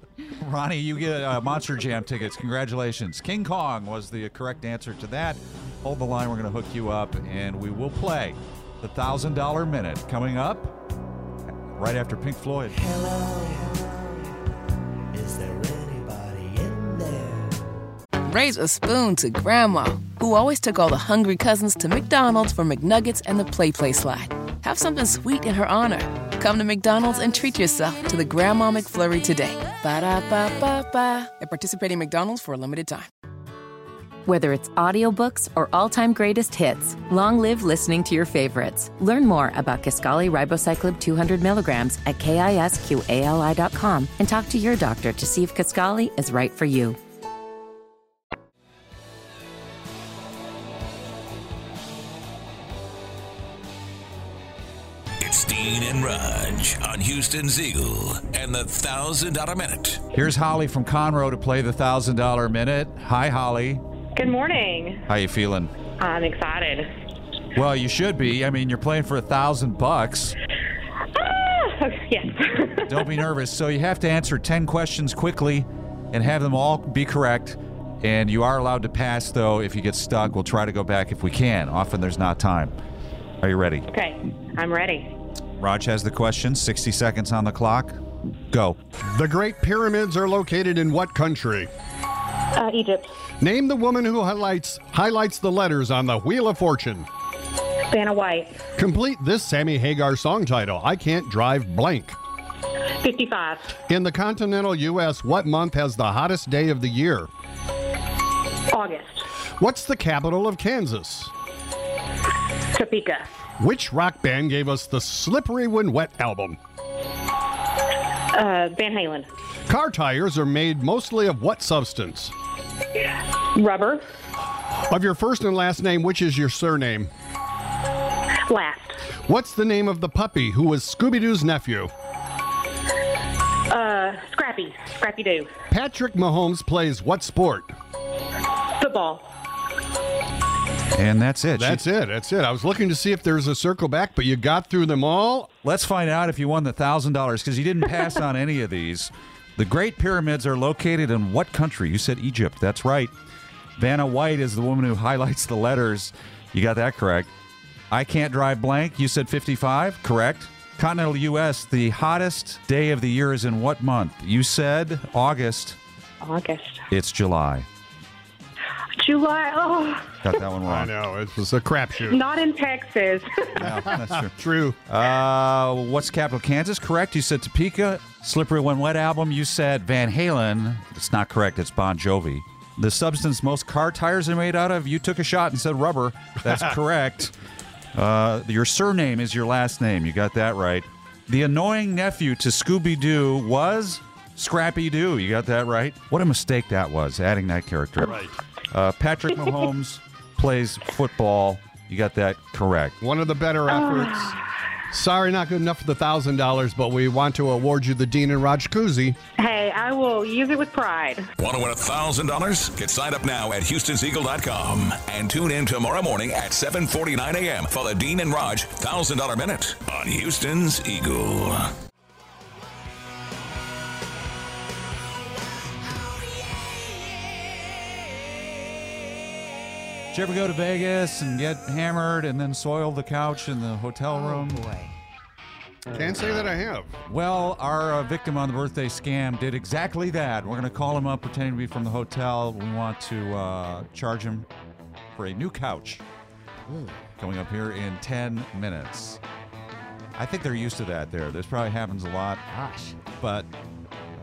Ronnie, you get uh, Monster Jam tickets. Congratulations. King Kong was the correct answer to that. Hold the line. We're going to hook you up, and we will play the $1,000 minute coming up right after Pink Floyd.
Is there anybody in there?
Raise a spoon to Grandma, who always took all the hungry cousins to McDonald's for McNuggets and the Play Play Slide. Have something sweet in her honor. Come to McDonald's and treat yourself to the Grandma McFlurry today. Ba da ba ba ba. At participating McDonald's for a limited time.
Whether it's audiobooks or all-time greatest hits, long live listening to your favorites. Learn more about Kaskali Ribocyclib 200 milligrams at kisqali.com and talk to your doctor to see if Kaskali is right for you.
Steen and Raj on Houston's Eagle and the $1,000 Minute.
Here's Holly from Conroe to play the thousand dollar minute. Hi, Holly.
Good morning.
How you feeling?
I'm excited.
Well, you should be. I mean, you're playing for a thousand bucks.
Ah, okay, yes.
Don't be nervous. So you have to answer ten questions quickly, and have them all be correct. And you are allowed to pass though. If you get stuck, we'll try to go back if we can. Often there's not time. Are you ready?
Okay, I'm ready.
Raj has the question. 60 seconds on the clock. Go.
The Great Pyramids are located in what country?
Uh, Egypt.
Name the woman who highlights highlights the letters on the Wheel of Fortune.
Vanna White,
Complete this Sammy Hagar song title. I can't drive blank.
55.
In the continental U.S., what month has the hottest day of the year?
August.
What's the capital of Kansas?
Topeka.
Which rock band gave us the Slippery When Wet album?
Uh, Van Halen.
Car tires are made mostly of what substance?
Rubber.
Of your first and last name, which is your surname?
Last.
What's the name of the puppy who was Scooby Doo's nephew?
Uh, Scrappy. Scrappy Doo.
Patrick Mahomes plays what sport?
Football.
And that's it.
That's it. That's it. I was looking to see if there's a circle back, but you got through them all.
Let's find out if you won the thousand dollars because you didn't pass on any of these. The Great Pyramids are located in what country? You said Egypt. That's right. Vanna White is the woman who highlights the letters. You got that correct. I can't drive blank. You said 55. Correct. Continental U.S. The hottest day of the year is in what month? You said August.
August.
It's July.
July. Oh,
Got that one wrong.
I know. It was a crapshoot.
not in Texas.
Yeah, that's true.
True.
Uh, what's capital Kansas? Correct. You said Topeka. Slippery When Wet album. You said Van Halen. It's not correct. It's Bon Jovi. The substance most car tires are made out of. You took a shot and said rubber. That's correct. Uh, your surname is your last name. You got that right. The annoying nephew to Scooby Doo was Scrappy Doo. You got that right. What a mistake that was, adding that character.
Right.
Uh, Patrick Mahomes plays football. You got that correct.
One of the better
Ah.
efforts. Sorry, not good enough for the thousand dollars, but we want to award you the Dean and Raj koozie.
hey, I will use it with pride.
Want to win $1,000? Get signed up now at Houston'sEagle.com and tune in tomorrow morning at 7.49 a.m. for the Dean and Raj $1,000 Minute on Houston's Eagle.
Did you ever go to Vegas and get hammered and then soil the couch in the hotel room?
Boy.
Can't say that I have.
Well, our uh, victim on the birthday scam did exactly that. We're going to call him up pretending to be from the hotel. We want to uh, charge him for a new couch coming up here in 10 minutes. I think they're used to that there. This probably happens a lot,
Gosh.
but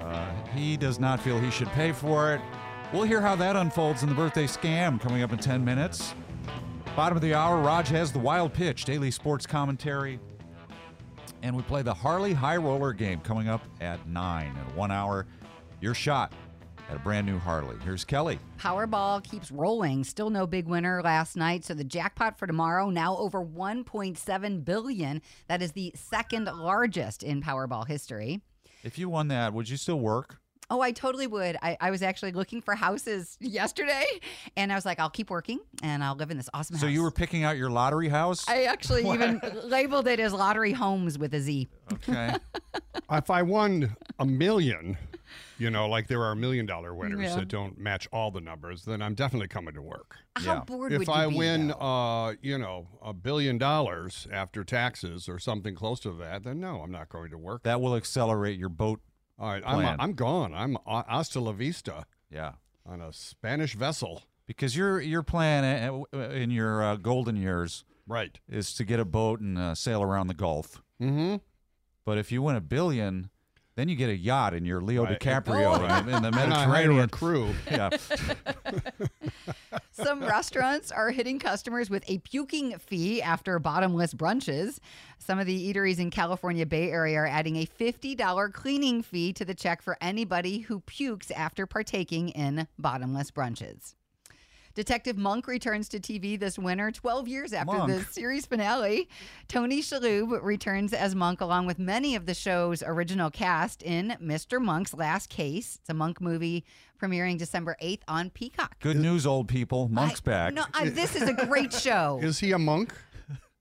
uh, he does not feel he should pay for it. We'll hear how that unfolds in the birthday scam coming up in 10 minutes. Bottom of the hour, Raj has the wild pitch, daily sports commentary. And we play the Harley High Roller game coming up at 9 in one hour. Your shot at a brand new Harley. Here's Kelly.
Powerball keeps rolling. Still no big winner last night. So the jackpot for tomorrow now over 1.7 billion. That is the second largest in Powerball history.
If you won that, would you still work?
Oh, I totally would. I, I was actually looking for houses yesterday, and I was like, I'll keep working and I'll live in this awesome house.
So you were picking out your lottery house?
I actually even labeled it as lottery homes with a Z.
okay.
If I won a million, you know, like there are million dollar winners
Yeah.
that don't match all the numbers, then I'm definitely coming to work.
How
Yeah.
bored would
if
you
I
be?
win,
though?
uh, you know, a billion dollars after taxes or something close to that, then no, I'm not going to work.
That will accelerate your boat.
All right, I'm,
plan.
I'm gone. I'm a- hasta la vista
Yeah.
on a Spanish vessel.
Because your your plan uh, uh, in your uh, golden years
Right.
is to get a boat and uh, sail around the Gulf.
Mm-hmm.
But if you win a billion, then you get a yacht and you're Leo
Right.
Oh.
DiCaprio in, in the
And I hire a
Mediterranean.
crew.
yeah.
Some restaurants are hitting customers with a puking fee after bottomless brunches. Some of the eateries in California Bay Area are adding a $50 cleaning fee to the check for anybody who pukes after partaking in bottomless brunches. Detective Monk returns to TV this winter, 12 years after the
Monk.
series finale. Tony Shalhoub returns as Monk along with many of the show's original cast in Mr. Monk's Last Case. It's a Monk movie premiering December 8th on Peacock.
Good news, old people. Monk's back.
No, I, this is a great show.
Is he a monk?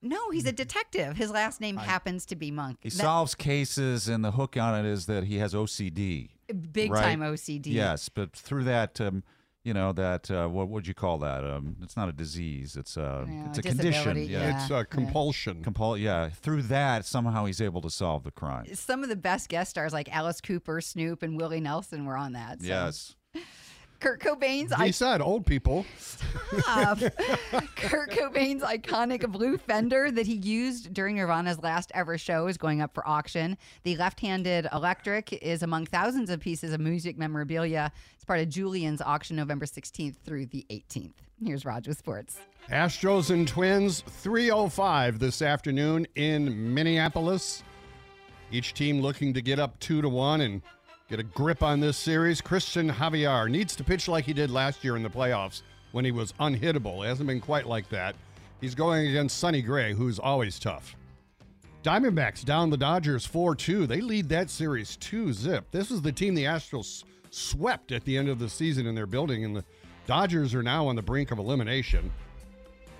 No, he's a detective. His last name happens to be Monk.
He
That-
solves cases, and the hook on it is that he has OCD.
Big
right?
time OCD.
Yes, but through that, um, you know, that uh, what would you call that? Um, it's not a disease. It's a
Yeah,
it's a condition.
disability,
Yeah.
It's a yeah, yeah.
compulsion. Compul- yeah. Through that, somehow he's able to solve the crime.
Some of the best guest stars like Alice Cooper, Snoop, and Willie Nelson were on that. So.
Yes.
Kurt Cobain's
He said old people.
Stop. Kurt Cobain's iconic blue fender that he used during Nirvana's last ever show is going up for auction. The left handed electric is among thousands of pieces of music memorabilia. It's part of Julian's auction November 16th through the 18th. Here's Raj with sports.
Astros and Twins 305 this afternoon in Minneapolis. Each team looking to get up 2 to 1 and get a grip on this series. Christian Javier needs to pitch like he did last year in the playoffs when he was unhittable. It hasn't been quite like that. He's going against Sonny Gray, who's always tough. Diamondbacks down the Dodgers 4 2. They lead that series 2 zip. This is the team the Astros swept at the end of the season in their building, and the Dodgers are now on the brink of elimination.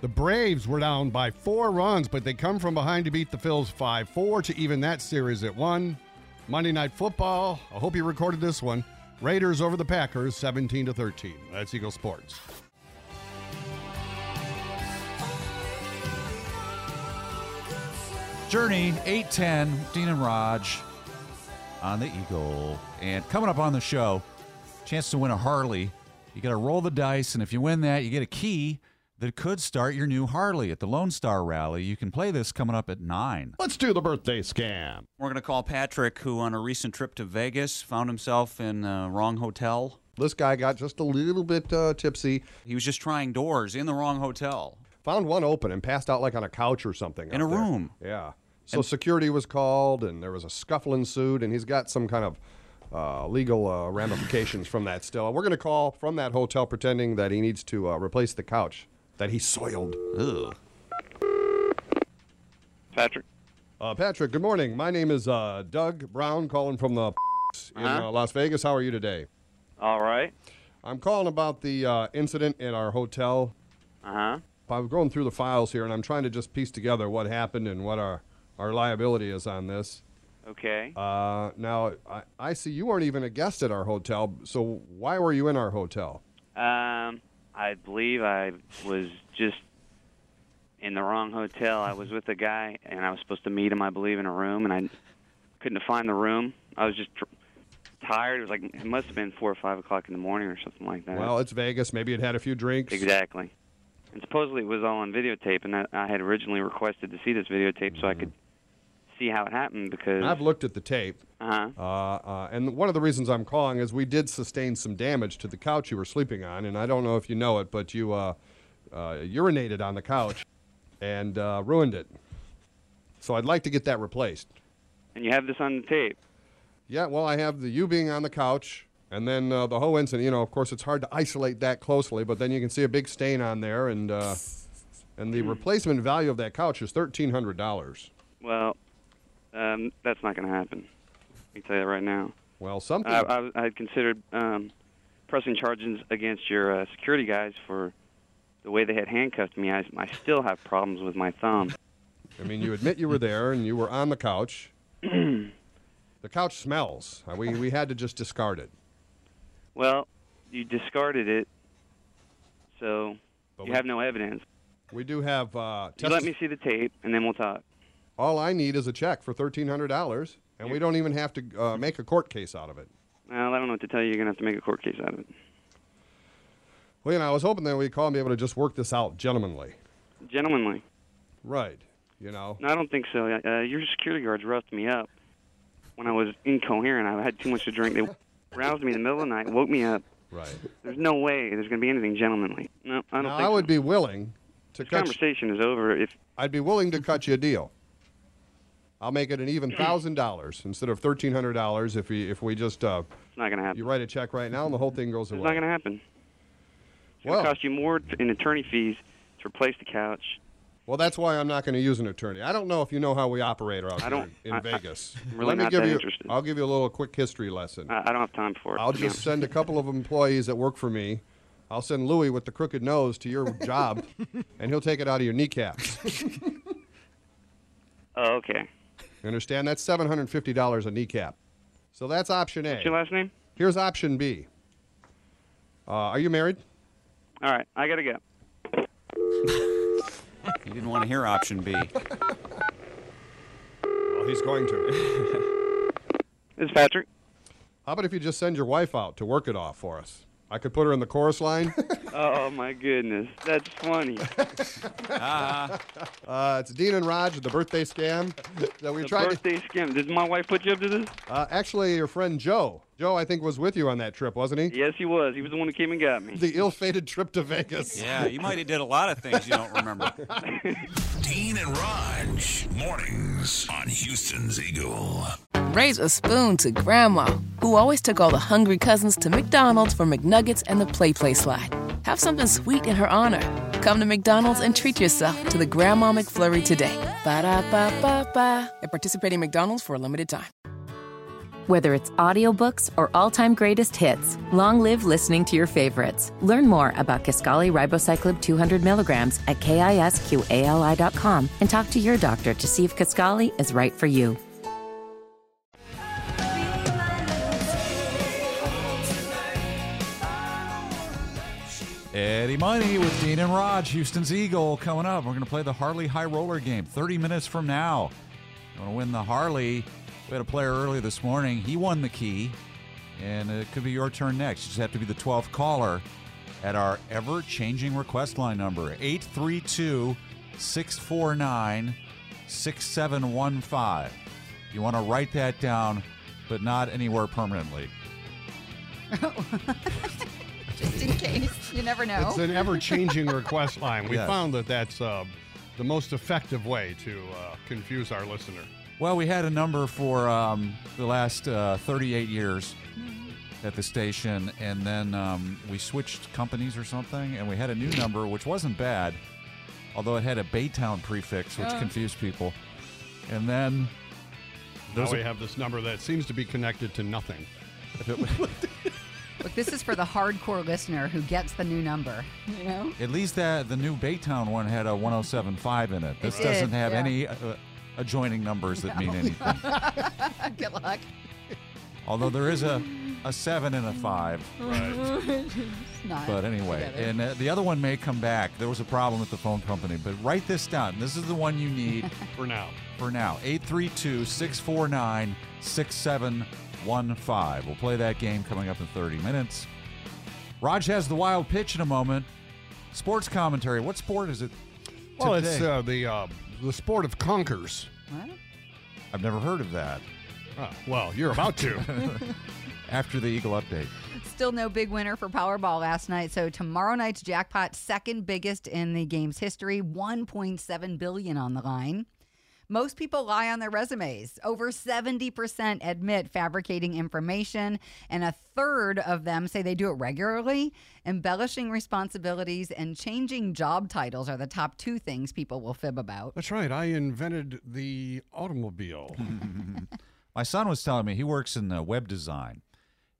The Braves were down by four runs, but they come from behind to beat the Phils 5 4 to even that series at one. Monday Night Football, I hope you recorded this one. Raiders over the Packers 17 to 13. That's Eagle Sports.
Journey 810, Dean and Raj on the Eagle. And coming up on the show, chance to win a Harley. You got to roll the dice, and if you win that, you get a key that could start your new Harley at the Lone Star Rally. You can play this coming up at 9.
Let's do the birthday scam.
We're going to call Patrick, who on a recent trip to Vegas found himself in the wrong hotel.
This guy got just a little bit uh, tipsy.
He was just trying doors in the wrong hotel.
Found one open and passed out like on a couch or something.
In
out
a
there.
room.
Yeah. So security was called and there was a scuffle ensued, and he's got some kind of uh, legal uh, ramifications from that still. We're going to call from that hotel pretending that he needs to uh, replace the couch that he soiled.
Ugh.
Patrick. Uh, Patrick, good morning. My name is uh, Doug Brown, calling from the in
Uh-huh.
uh, Las Vegas. How are you today?
All right.
I'm calling about the uh, incident at our hotel.
Uh huh.
I'm going through the files here, and I'm trying to just piece together what happened and what our our liability is on this.
Okay.
Uh, now, I, I see you weren't even a guest at our hotel, so why were you in our hotel?
Um, I believe I was just in the wrong hotel. I was with a guy, and I was supposed to meet him, I believe, in a room, and I couldn't find the room. I was just dr- tired. It was like it must have been four or five o'clock in the morning or something like that.
Well, it's Vegas. Maybe it had a few drinks.
Uh-huh. Exactly. And supposedly it was all on videotape, and I, I had originally requested to see this videotape so I could see how it happened because.
I've looked at the tape.
Uh-huh.
Uh, uh, and one of the reasons I'm calling is we did sustain some damage to the couch you were sleeping on, and I don't know if you know it, but you uh, uh, urinated on the couch and uh, ruined it. So I'd like to get that replaced.
And you have this on the tape.
Yeah, well, I have the you being on the couch, and then uh, the whole incident. You know, of course, it's hard to isolate that closely, but then you can see a big stain on there, and uh, and the replacement value of that couch is thirteen hundred dollars.
Well, um, that's not going to happen. Let me tell you that right now.
Well, something.
I, I, I had considered um, pressing charges against your uh, security guys for the way they had handcuffed me. I, I still have problems with my thumb.
I mean, you admit you were there and you were on the couch. the couch smells. Uh, We we had to just discard it.
Well, you discarded it, so you
we-
have no evidence.
We do have. Uh,
You let me see the tape, and then we'll talk.
All I need is a check for thirteen hundred dollars, and we don't even have to uh, make a court case out of it.
Well, I don't know what to tell you. You're going to have to make a court case out of it.
Well, you know, I was hoping that we'd call and be able to just work this out gentlemanly.
Gentlemanly.
Right. You know.
No, I don't think so. Uh, your security guards roughed me up when I was incoherent. I had too much to drink. They roused me in the middle of the night, woke me up.
Right.
There's no way there's going to be anything gentlemanly. No, I don't
Now,
think
I would be willing to
This
cut.
conversation is over. If
I'd be willing to cut you a deal. I'll make it an even thousand dollars instead of thirteen hundred dollars if we if we just. Uh,
it's not going to happen.
You write a check right now and the whole thing goes
It's
away.
not going to happen. It's going to cost you more t- in attorney fees to replace the couch.
Well, that's why I'm not going to use an attorney. I don't know if you know how we operate out
I
here
don't-
Oh, in
I- I-
Vegas.
I'm really
Let me
not
give
that
you.
interested.
I'll give you a little quick history lesson.
I, I don't have time for it.
I'll
to be
just send a couple of employees that work for me. I'll send Louie with the crooked nose to your job, and he'll take it out of your kneecaps.
Oh, okay.
You understand? That's seven hundred fifty dollars a kneecap. So that's option A.
What's your last name?
Here's option B. Uh, are you married?
All right, I got to go.
You didn't want to hear option B.
Well, he's going to.
this is Patrick.
How about if you just send your wife out to work it off for us? I could put her in the chorus line.
Oh my goodness, that's funny.
Uh-huh.
uh, it's Dean and Raj, the birthday scam that we
the
tried. to-
birthday scam. Did my wife put you up to this?
uh, actually, your friend Joe. Joe, I think, was with you on that trip, wasn't he?
Yes, he was. He was the one who came and got me.
The ill-fated trip to Vegas.
Yeah, you might have did a lot of things you don't remember.
Dean and Raj, mornings on Houston's Eagle.
Raise a spoon to Grandma, who always took all the hungry cousins to McDonald's for McNuggets and the Play Play Slide. Have something sweet in her honor. Come to McDonald's and treat yourself to the Grandma McFlurry today. Ba da ba ba ba. At participating McDonald's for a limited time.
Whether it's audiobooks or all-time greatest hits, long live listening to your favorites. Learn more about Kaskali Ribocyclib 200 milligrams at kisqali.com and talk to your doctor to see if Kaskali is right for you.
Eddie Money with Dean and Raj, Houston's Eagle, coming up. We're going to play the Harley High Roller game 30 minutes from now. You want to win the Harley? We had a player earlier this morning. He won the key, and it could be your turn next. You just have to be the 12th caller at our ever changing request line number 832 649 6715. You want to write that down, but not anywhere permanently.
Just in case. You never know.
It's an ever-changing request line. We
Yes.
found that that's uh, the most effective way to uh, confuse our listener.
Well, we had a number for um, the last uh, 38 years at the station, and then um, we switched companies or something, and we had a new number, which wasn't bad, although it had a Baytown prefix, which
Oh.
confused people. And then
Now
Those
we
are-
have this number that seems to be connected to nothing.
Look, this is for the hardcore listener who gets the new number. You know?
at least that the new Baytown one had a 107.5 in it. This
did,
doesn't have
yeah.
any uh, adjoining numbers that mean anything.
Good luck.
Although there is a, a 7 and a 5.
It's not
But anyway,
together.
and uh, the other one may come back. There was a problem with the phone company, but write this down. This is the one you need
for now.
For now, 832 649 6715. We'll play that game coming up in 30 minutes. Raj has the wild pitch in a moment. Sports commentary. What sport is it?
Well, it's
today?
uh, the uh, the sport of conkers.
I've never heard of that.
well, you're about to.
After the Eagle update.
Still no big winner for Powerball last night. So tomorrow night's jackpot, second biggest in the game's history, 1.7 billion on the line. Most people lie on their resumes. Over 70% admit fabricating information, and a third of them say they do it regularly. Embellishing responsibilities and changing job titles are the top two things people will fib about.
That's right. I invented the automobile.
My son was telling me he works in uh, web design.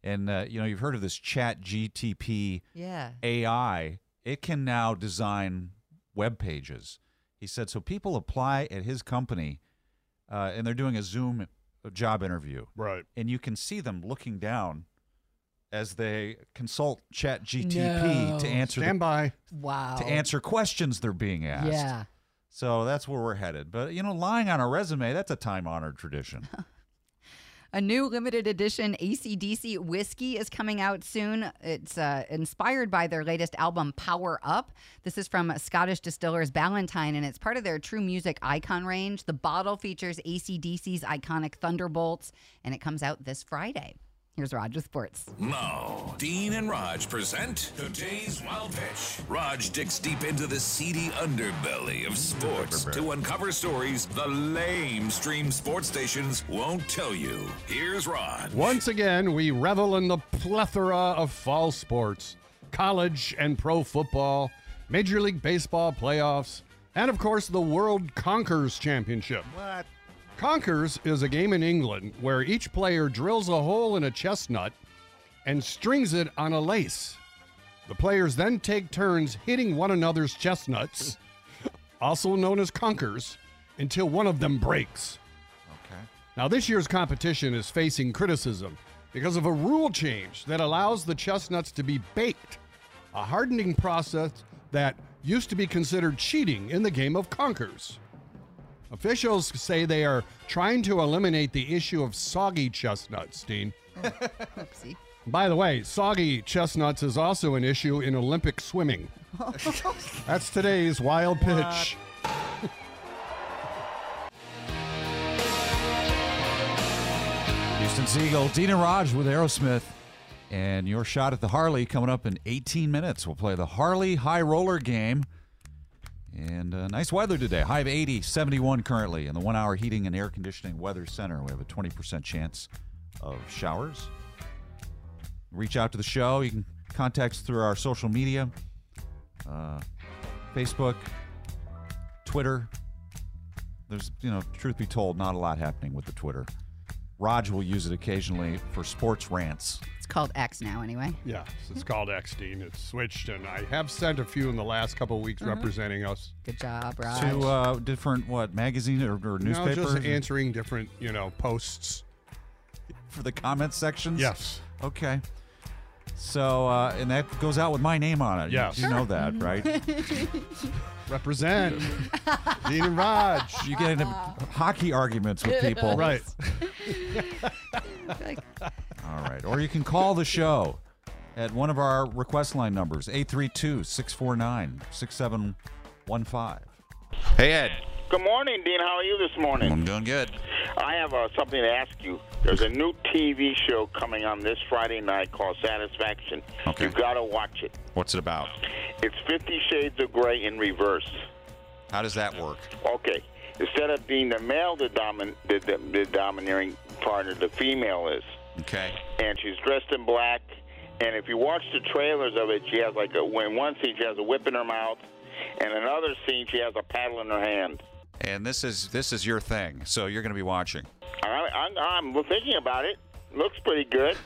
And, uh, you know, you've heard of this chat GTP
Yeah.
AI, it can now design web pages. He said, so people apply at his company uh, and they're doing a Zoom job interview.
Right.
And you can see them looking down as they consult chat GTP to answer the-
by.
Wow.
to answer questions they're being asked.
Yeah.
So that's where we're headed. But you know, lying on a resume, that's a time honored tradition.
A new limited edition ACDC whiskey is coming out soon. It's uh, inspired by their latest album, Power Up. This is from Scottish distillers Ballantine, and it's part of their true music icon range. The bottle features ACDC's iconic Thunderbolts, and it comes out this Friday. Here's Roger Sports.
Now, Dean and Raj present today's Wild Pitch. Raj digs deep into the seedy underbelly of sports to uncover stories the lame stream sports stations won't tell you. Here's Raj.
Once again, we revel in the plethora of fall sports. college and pro football, Major League Baseball playoffs, and of course the World Conquers Championship. What? Conkers is a game in England where each player drills a hole in a chestnut and strings it on a lace. The players then take turns hitting one another's chestnuts, also known as conkers, until one of them breaks.
Okay.
Now, this year's competition is facing criticism because of a rule change that allows the chestnuts to be baked, a hardening process that used to be considered cheating in the game of conkers. Officials say they are trying to eliminate the issue of soggy chestnuts, Dean.
Oopsie.
By the way, soggy chestnuts is also an issue in Olympic swimming. That's today's wild pitch.
Houston Siegel, Dina Raj with Aerosmith, and your shot at the Harley coming up in 18 minutes. We'll play the Harley High Roller game. And uh, nice weather today. High of 80, 71 currently. In the one hour heating and air conditioning weather center, we have a 20% chance of showers. Reach out to the show. You can contact us through our social media uh, Facebook, Twitter. There's, you know, truth be told, not a lot happening with the Twitter. Raj will use it occasionally for sports rants.
It's called X now, anyway.
Yeah, so it's called X, Dean. It's switched, and I have sent a few in the last couple of weeks
Uh-huh.
representing us.
Good job, Raj.
To uh, different, what, magazine or, or
No,
newspaper?
just answering different, you know, posts.
for the comment sections?
Yes.
Okay. So, uh, and that goes out with my name on it. You-
Yes.
You know that, right?
Represent Dean and Raj.
You get into hockey arguments with people.
Right.
All right. Or you can call the show at one of our request line numbers 832 649 6715. Hey, Ed.
Good morning, Dean. How are you this morning?
I'm doing good.
I have uh, something to ask you. There's a new TV show coming on this Friday night called Satisfaction.
Okay.
You gotta watch it.
What's it about?
It's Fifty Shades of Grey in reverse.
How does that work?
Okay. Instead of being the male, the, domin- the, the, the domineering partner, the female is.
Okay.
and she's dressed in black. And if you watch the trailers of it, she has like a in one scene she has a whip in her mouth, and another scene she has a paddle in her hand.
And this is this is your thing, so you're going to be watching.
I, I'm, I'm thinking about it. Looks pretty good.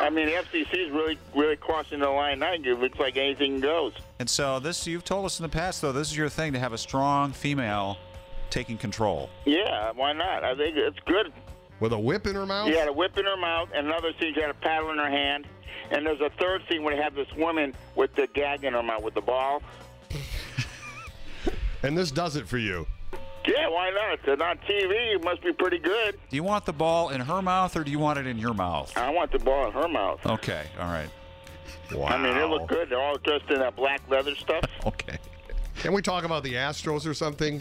I mean, the FCC is really really crossing the line now. It looks like anything goes.
And so this you've told us in the past though, this is your thing to have a strong female taking control.
Yeah, why not? I think it's good.
With a whip in her mouth?
She had a whip in her mouth, and another scene she had a paddle in her hand, and there's a third scene where they have this woman with the gag in her mouth with the ball.
And this does it for you.
Yeah, why not? If It's on TV. It must be pretty good.
Do you want the ball in her mouth or do you want it in your mouth?
I want the ball in her mouth.
Okay, all right. Wow.
I mean, it looked good. They're all dressed in that black leather stuff.
Okay.
Can we talk about the Astros or something?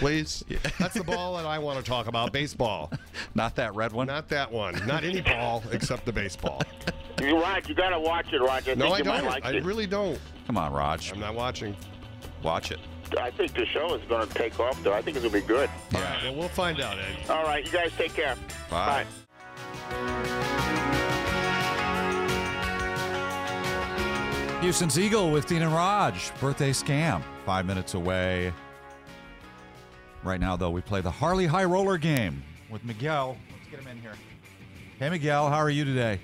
Please? That's the ball that I want to talk about baseball.
Not that red one?
Not that one. Not any ball except the baseball.
You're right. You gotta watch it, Roger. I
no,
think
I
you
don't.
Might like
I
it.
really don't.
Come on, Raj.
I'm not watching.
Watch it.
I think the show is gonna take off, though. I think it'll be good.
All right, well, we'll find out, Ed.
All right, you guys take care.
Bye. Houston's Eagle with Dean and Raj. Birthday scam. Five minutes away. Right now, though, we play the Harley High Roller game with Miguel. Let's get him in here. Hey, Miguel, how are you today?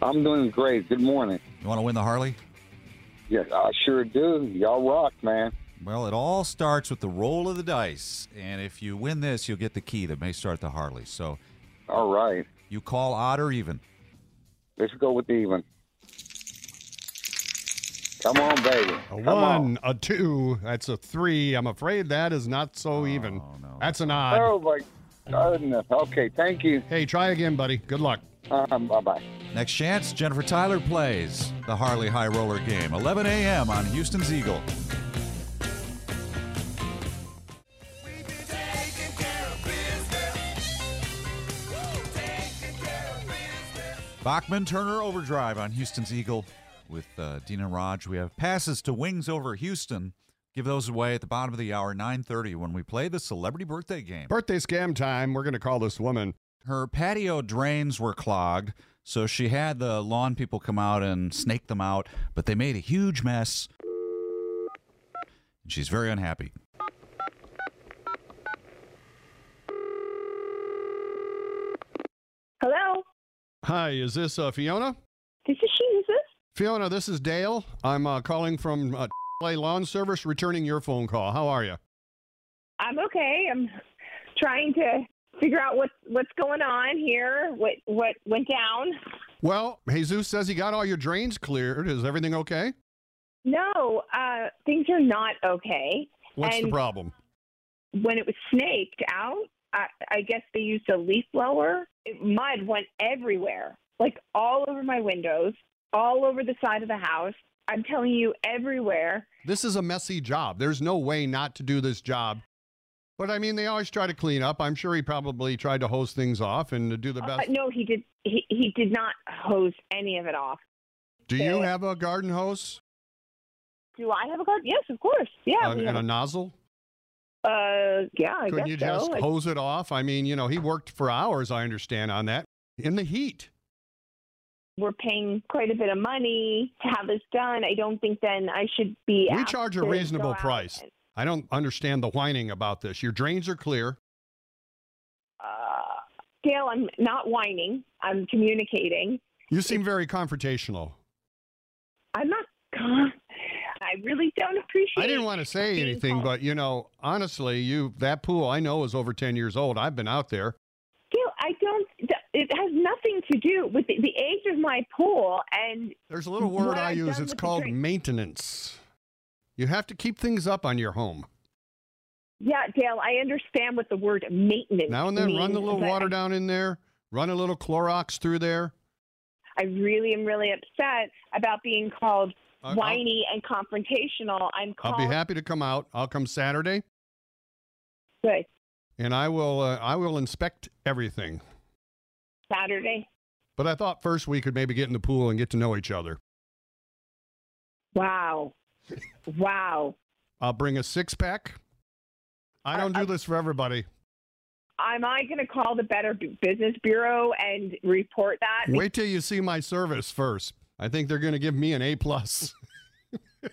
I'm doing great. Good morning.
You want to win the Harley?
Yes, I sure do. Y'all rock, man.
Well, it all starts with the roll of the dice, and if you win this, you'll get the key that may start the Harley. So,
all right,
you call odd or even.
Let's go with even. Come on, baby.
Oh,
A one, a two, that's a three. I'm afraid that is not
Oh,
so even. That's an odd.
Oh, my goodness. Okay, thank you.
Hey, try again, buddy. Good luck.
Um, bye bye.
Next chance, Jennifer Tyler plays the Harley High Roller game, 11 a.m. on Houston's Eagle. Bachman Turner Overdrive on Houston's Eagle with uh, Dina Raj. We have passes to Wings Over Houston. Give those away at the bottom of the hour, 9:30, when we play the Celebrity Birthday Game.
Birthday scam time. We're going to call this woman.
Her patio drains were clogged,
So she had the lawn people come out and snake them out, but they made a huge mess. And she's very unhappy.
Hello?
Hi, is this uh, Fiona?
This is she. Who's this?
Fiona, this is Dale. I'm uh, calling from uh, LA Lawn Service, returning your phone call. How are you?
I'm okay. I'm trying to figure out what's what's going on here. What what went down?
Well, Jesus says he got all your drains cleared. Is everything okay?
No, uh, things are not okay.
What's
and
the problem?
When it was snaked out, I, I guess they used a leaf blower. It, mud went everywhere, like all over my windows, all over the side of the house. I'm telling you, everywhere.
This is a messy job. There's no way not to do this job. But I mean, they always try to clean up. I'm sure he probably tried to hose things off and to do the
Uh,
best.
no, he did. He, he did not hose any of it off.
do you have a garden hose
Do I have a card? Yes, of course. Yeah.
uh,
we
and
have
a nozzle?
a- uh, yeah. I
Couldn't
guess
you just
so. I-
hose it off? I mean, you know, he worked for hours, I understand, on that in the heat.
we're paying quite a bit of money to have this done. I don't think then I should be.
we
asked
charge
to
a
go
reasonable
out
price.
and-
I don't understand the whining about this. Your drains are clear.
Uh, Dale, I'm not whining. I'm communicating.
You seem very confrontational.
I'm not. I really don't appreciate.
I didn't want to say anything, but you know, honestly, you that pool I know is over 10 years old. I've been out there.
Dale, I don't. th- It has nothing to do with the, the age of my pool and.
There's a little word
what
I
I've
use.
done
It's
with the
called
drink.
maintenance. You have to keep things up on your home.
Yeah, Dale, I understand what the word maintenance.
Now and then, run the
means,
little
but
water
I-
down in there. Run a little Clorox through there.
I really am really upset about being called
I'll-
whiny and confrontational. I'm
I'll
called
be happy to come out. I'll come Saturday,
good
and I will. Uh, I will inspect everything.
Saturday.
But I thought first we could maybe get in the pool and get to know each other.
Wow, wow.
I'll bring a six pack. I don't do this for everybody.
Am I going to call the Better Bu- Business Bureau and report that?
Wait till you see my service first. I think they're going to give me an A plus.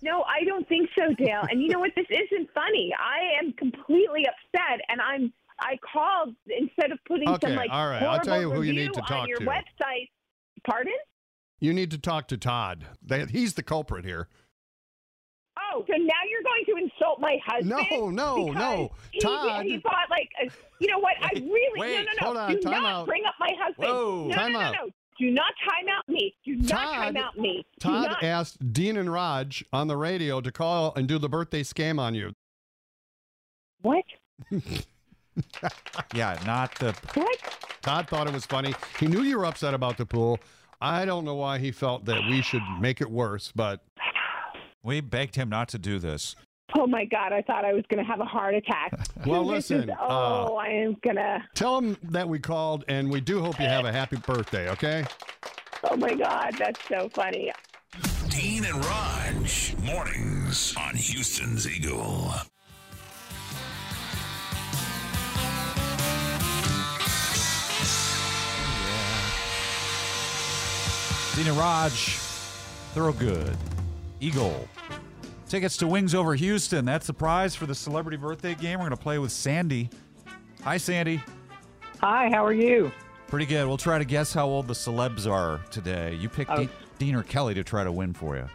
No, I don't think so, Dale. And you know what? This isn't funny. I am completely upset, and I'm. I called instead of putting
Okay,
some like
all right. I'll
horrible
tell you who you need
review
to talk
on your
to.
website. Pardon?
you need to talk to Todd. They, he's the culprit here.
Oh, so now you're going to insult my husband?
No, no,
because
no.
he-
Todd.
He bought like a, you know what? I really
wait,
no no no.
hold on,
Do
time
not
out.
bring up my husband.
Whoa.
no,
Time
no, no,
out.
no. Do not time out me. Do not
Todd-
time out me. Do
Todd
not-
asked Dean and Raj on the radio to call and do the birthday scam on you.
What?
Yeah, not the.
What?
Todd thought it was funny. He knew you were upset about the pool. I don't know why he felt that we should make it worse, but
We begged him not to do this.
Oh my God! I thought I was going to have a heart attack.
Well,
This is-
listen, uh,
oh, I am gonna.
tell him that we called and we do hope you have a happy birthday, okay?
Oh my God, that's so funny.
Dean and Raj, mornings on Houston's Eagle.
Dina Raj, Thoroughgood, Eagle. Tickets to Wings Over Houston. That's the prize for the celebrity birthday game. We're going to play with Sandy. Hi, Sandy.
Hi, how are you?
Pretty good. We'll try to guess how old the celebs are today. You pick
Oh.
De- Dean or Kelly to try to win for you.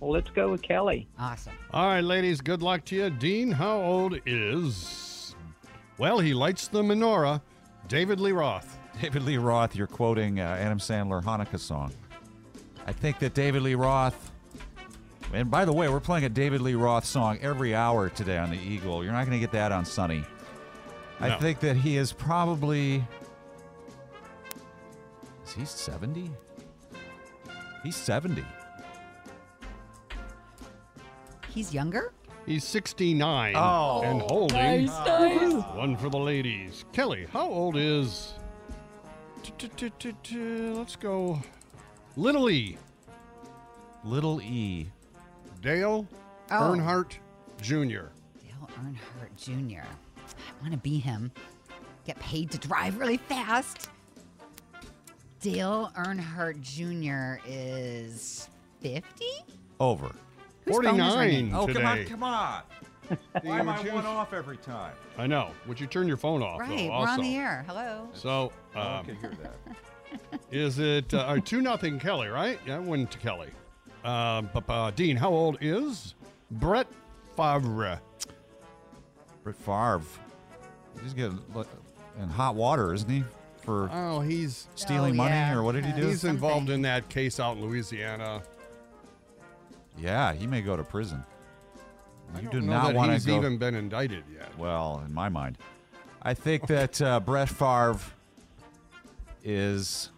Well, let's go with Kelly.
Awesome.
All right, ladies, good luck to you. Dean, how old is. Well, he lights the menorah, David Lee Roth.
David Lee Roth, you're quoting uh, Adam Sandler Hanukkah song. I think that David Lee Roth. And by the way, we're playing a David Lee Roth song every hour today on the Eagle. You're not going to get that on Sunny. I
No.
think that he is probably. Is he 70? He's 70.
He's younger?
He's 69
Oh.
and holding
Nice, nice.
one for the ladies. Kelly, how old is. Let's go. Little E.
Little E.
Dale
Oh.
Earnhardt Jr.
Dale Earnhardt Jr. I want to be him. Get paid to drive really fast. Dale Earnhardt Jr. is 50?
Over.
Whose phone is ringing?
Oh, come on,
today.
come on. Why am I one off every time?
I know. Would you turn your phone off?
Right,
though,
we're on
also?
the air. Hello.
So,
No one
um,
can hear that.
is it uh, two nothing Kelly? Right? Yeah, one to Kelly. Um, but, uh, Dean, how old is Brett Favre?
Brett Favre. He's getting li- in hot water, isn't he? For
Oh, he's
stealing money, or what did he do?
He's involved in that case out in Louisiana.
Yeah, he may go to prison. You do
don't know
not
that
want
he's
to go.
even been indicted yet.
Well, in my mind, I think that uh, Brett Favre is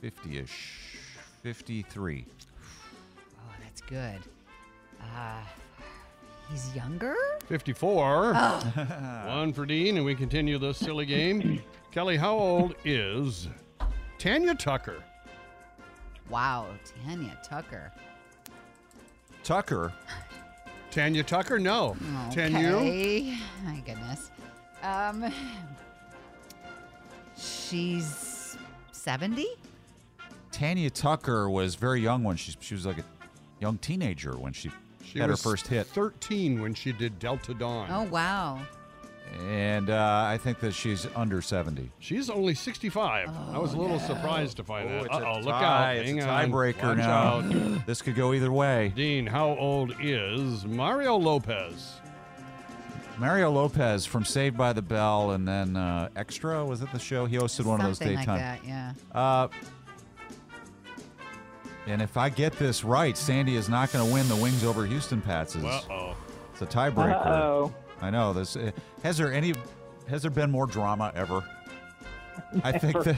fifty-ish, fifty-three.
Oh, that's good. Uh, he's younger?
54.
Oh.
One for Dean, and we continue this silly game. Kelly, how old is Tanya Tucker?
Wow, Tanya Tucker.
Tucker.
Tanya Tucker? No. Tanya?
Okay. My goodness. Um, she's 70?
Tanya Tucker was very young when she she was like a young teenager when she,
She
had her
was
first hit.
13 when she did Delta Dawn.
Oh, wow.
And uh, I think that she's under 70.
She's only 65. I was a little surprised to find
Oh,
that.
it's a
Uh-oh, look
tie.
out.
It's a
Hang on.
tiebreaker
Watch
now.
out.
This could go either way.
Dean, how old is Mario Lopez?
Mario Lopez from Saved by the Bell and then uh, Extra, was it the show? He hosted one of those
Something like
daytime.
that, yeah.
Uh, and if I get this right, Sandy is not going to win the Wings over Houston Patses.
Uh-oh.
It's a tiebreaker.
Uh-oh.
I know. This uh, has there any has there been more drama ever? I think that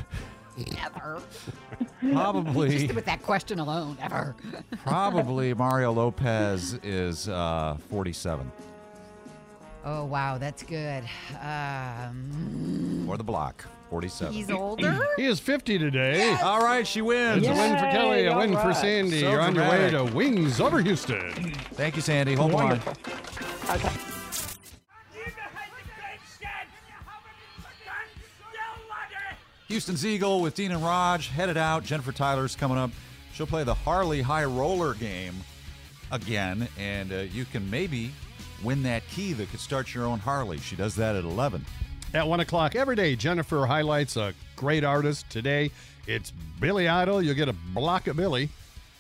Ever.
Probably.
Just with that question alone, ever.
probably Mario Lopez is uh, 47
Oh, wow, that's good. Um,
or the block 47.
he's older?
He is 50 today.
All right, she wins.
It's a win for Kelly, a
all
win for
right.
Sandy.
So
You're on your way to
dramatic.
Wings over Houston.
Thank you, Sandy. Hold on. Houston's Eagle with Dean and Raj headed out. Jennifer Tyler's coming up. She'll play the Harley High Roller game again, and uh, you can maybe win that key that could start your own Harley. She does that at 11.
At 1 o'clock every day, Jennifer highlights a great artist. Today, it's Billy Idol. You'll get a block of Billy.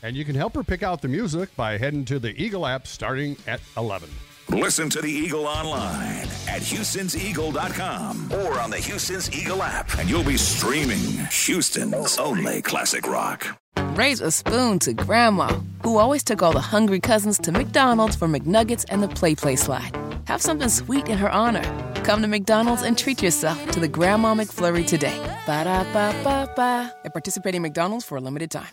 And you can help her pick out the music by heading to the Eagle app starting at 11.
Listen to the Eagle online at Houston'sEagle.com or on the Houston's Eagle app, and you'll be streaming Houston's only classic rock.
Raise a spoon to Grandma, who always took all the hungry cousins to McDonald's for McNuggets and the Play Play Slide. Have something sweet in her honor. Come to McDonald's and treat yourself to the Grandma McFlurry today. Ba da ba ba ba. At participating McDonald's for a limited time.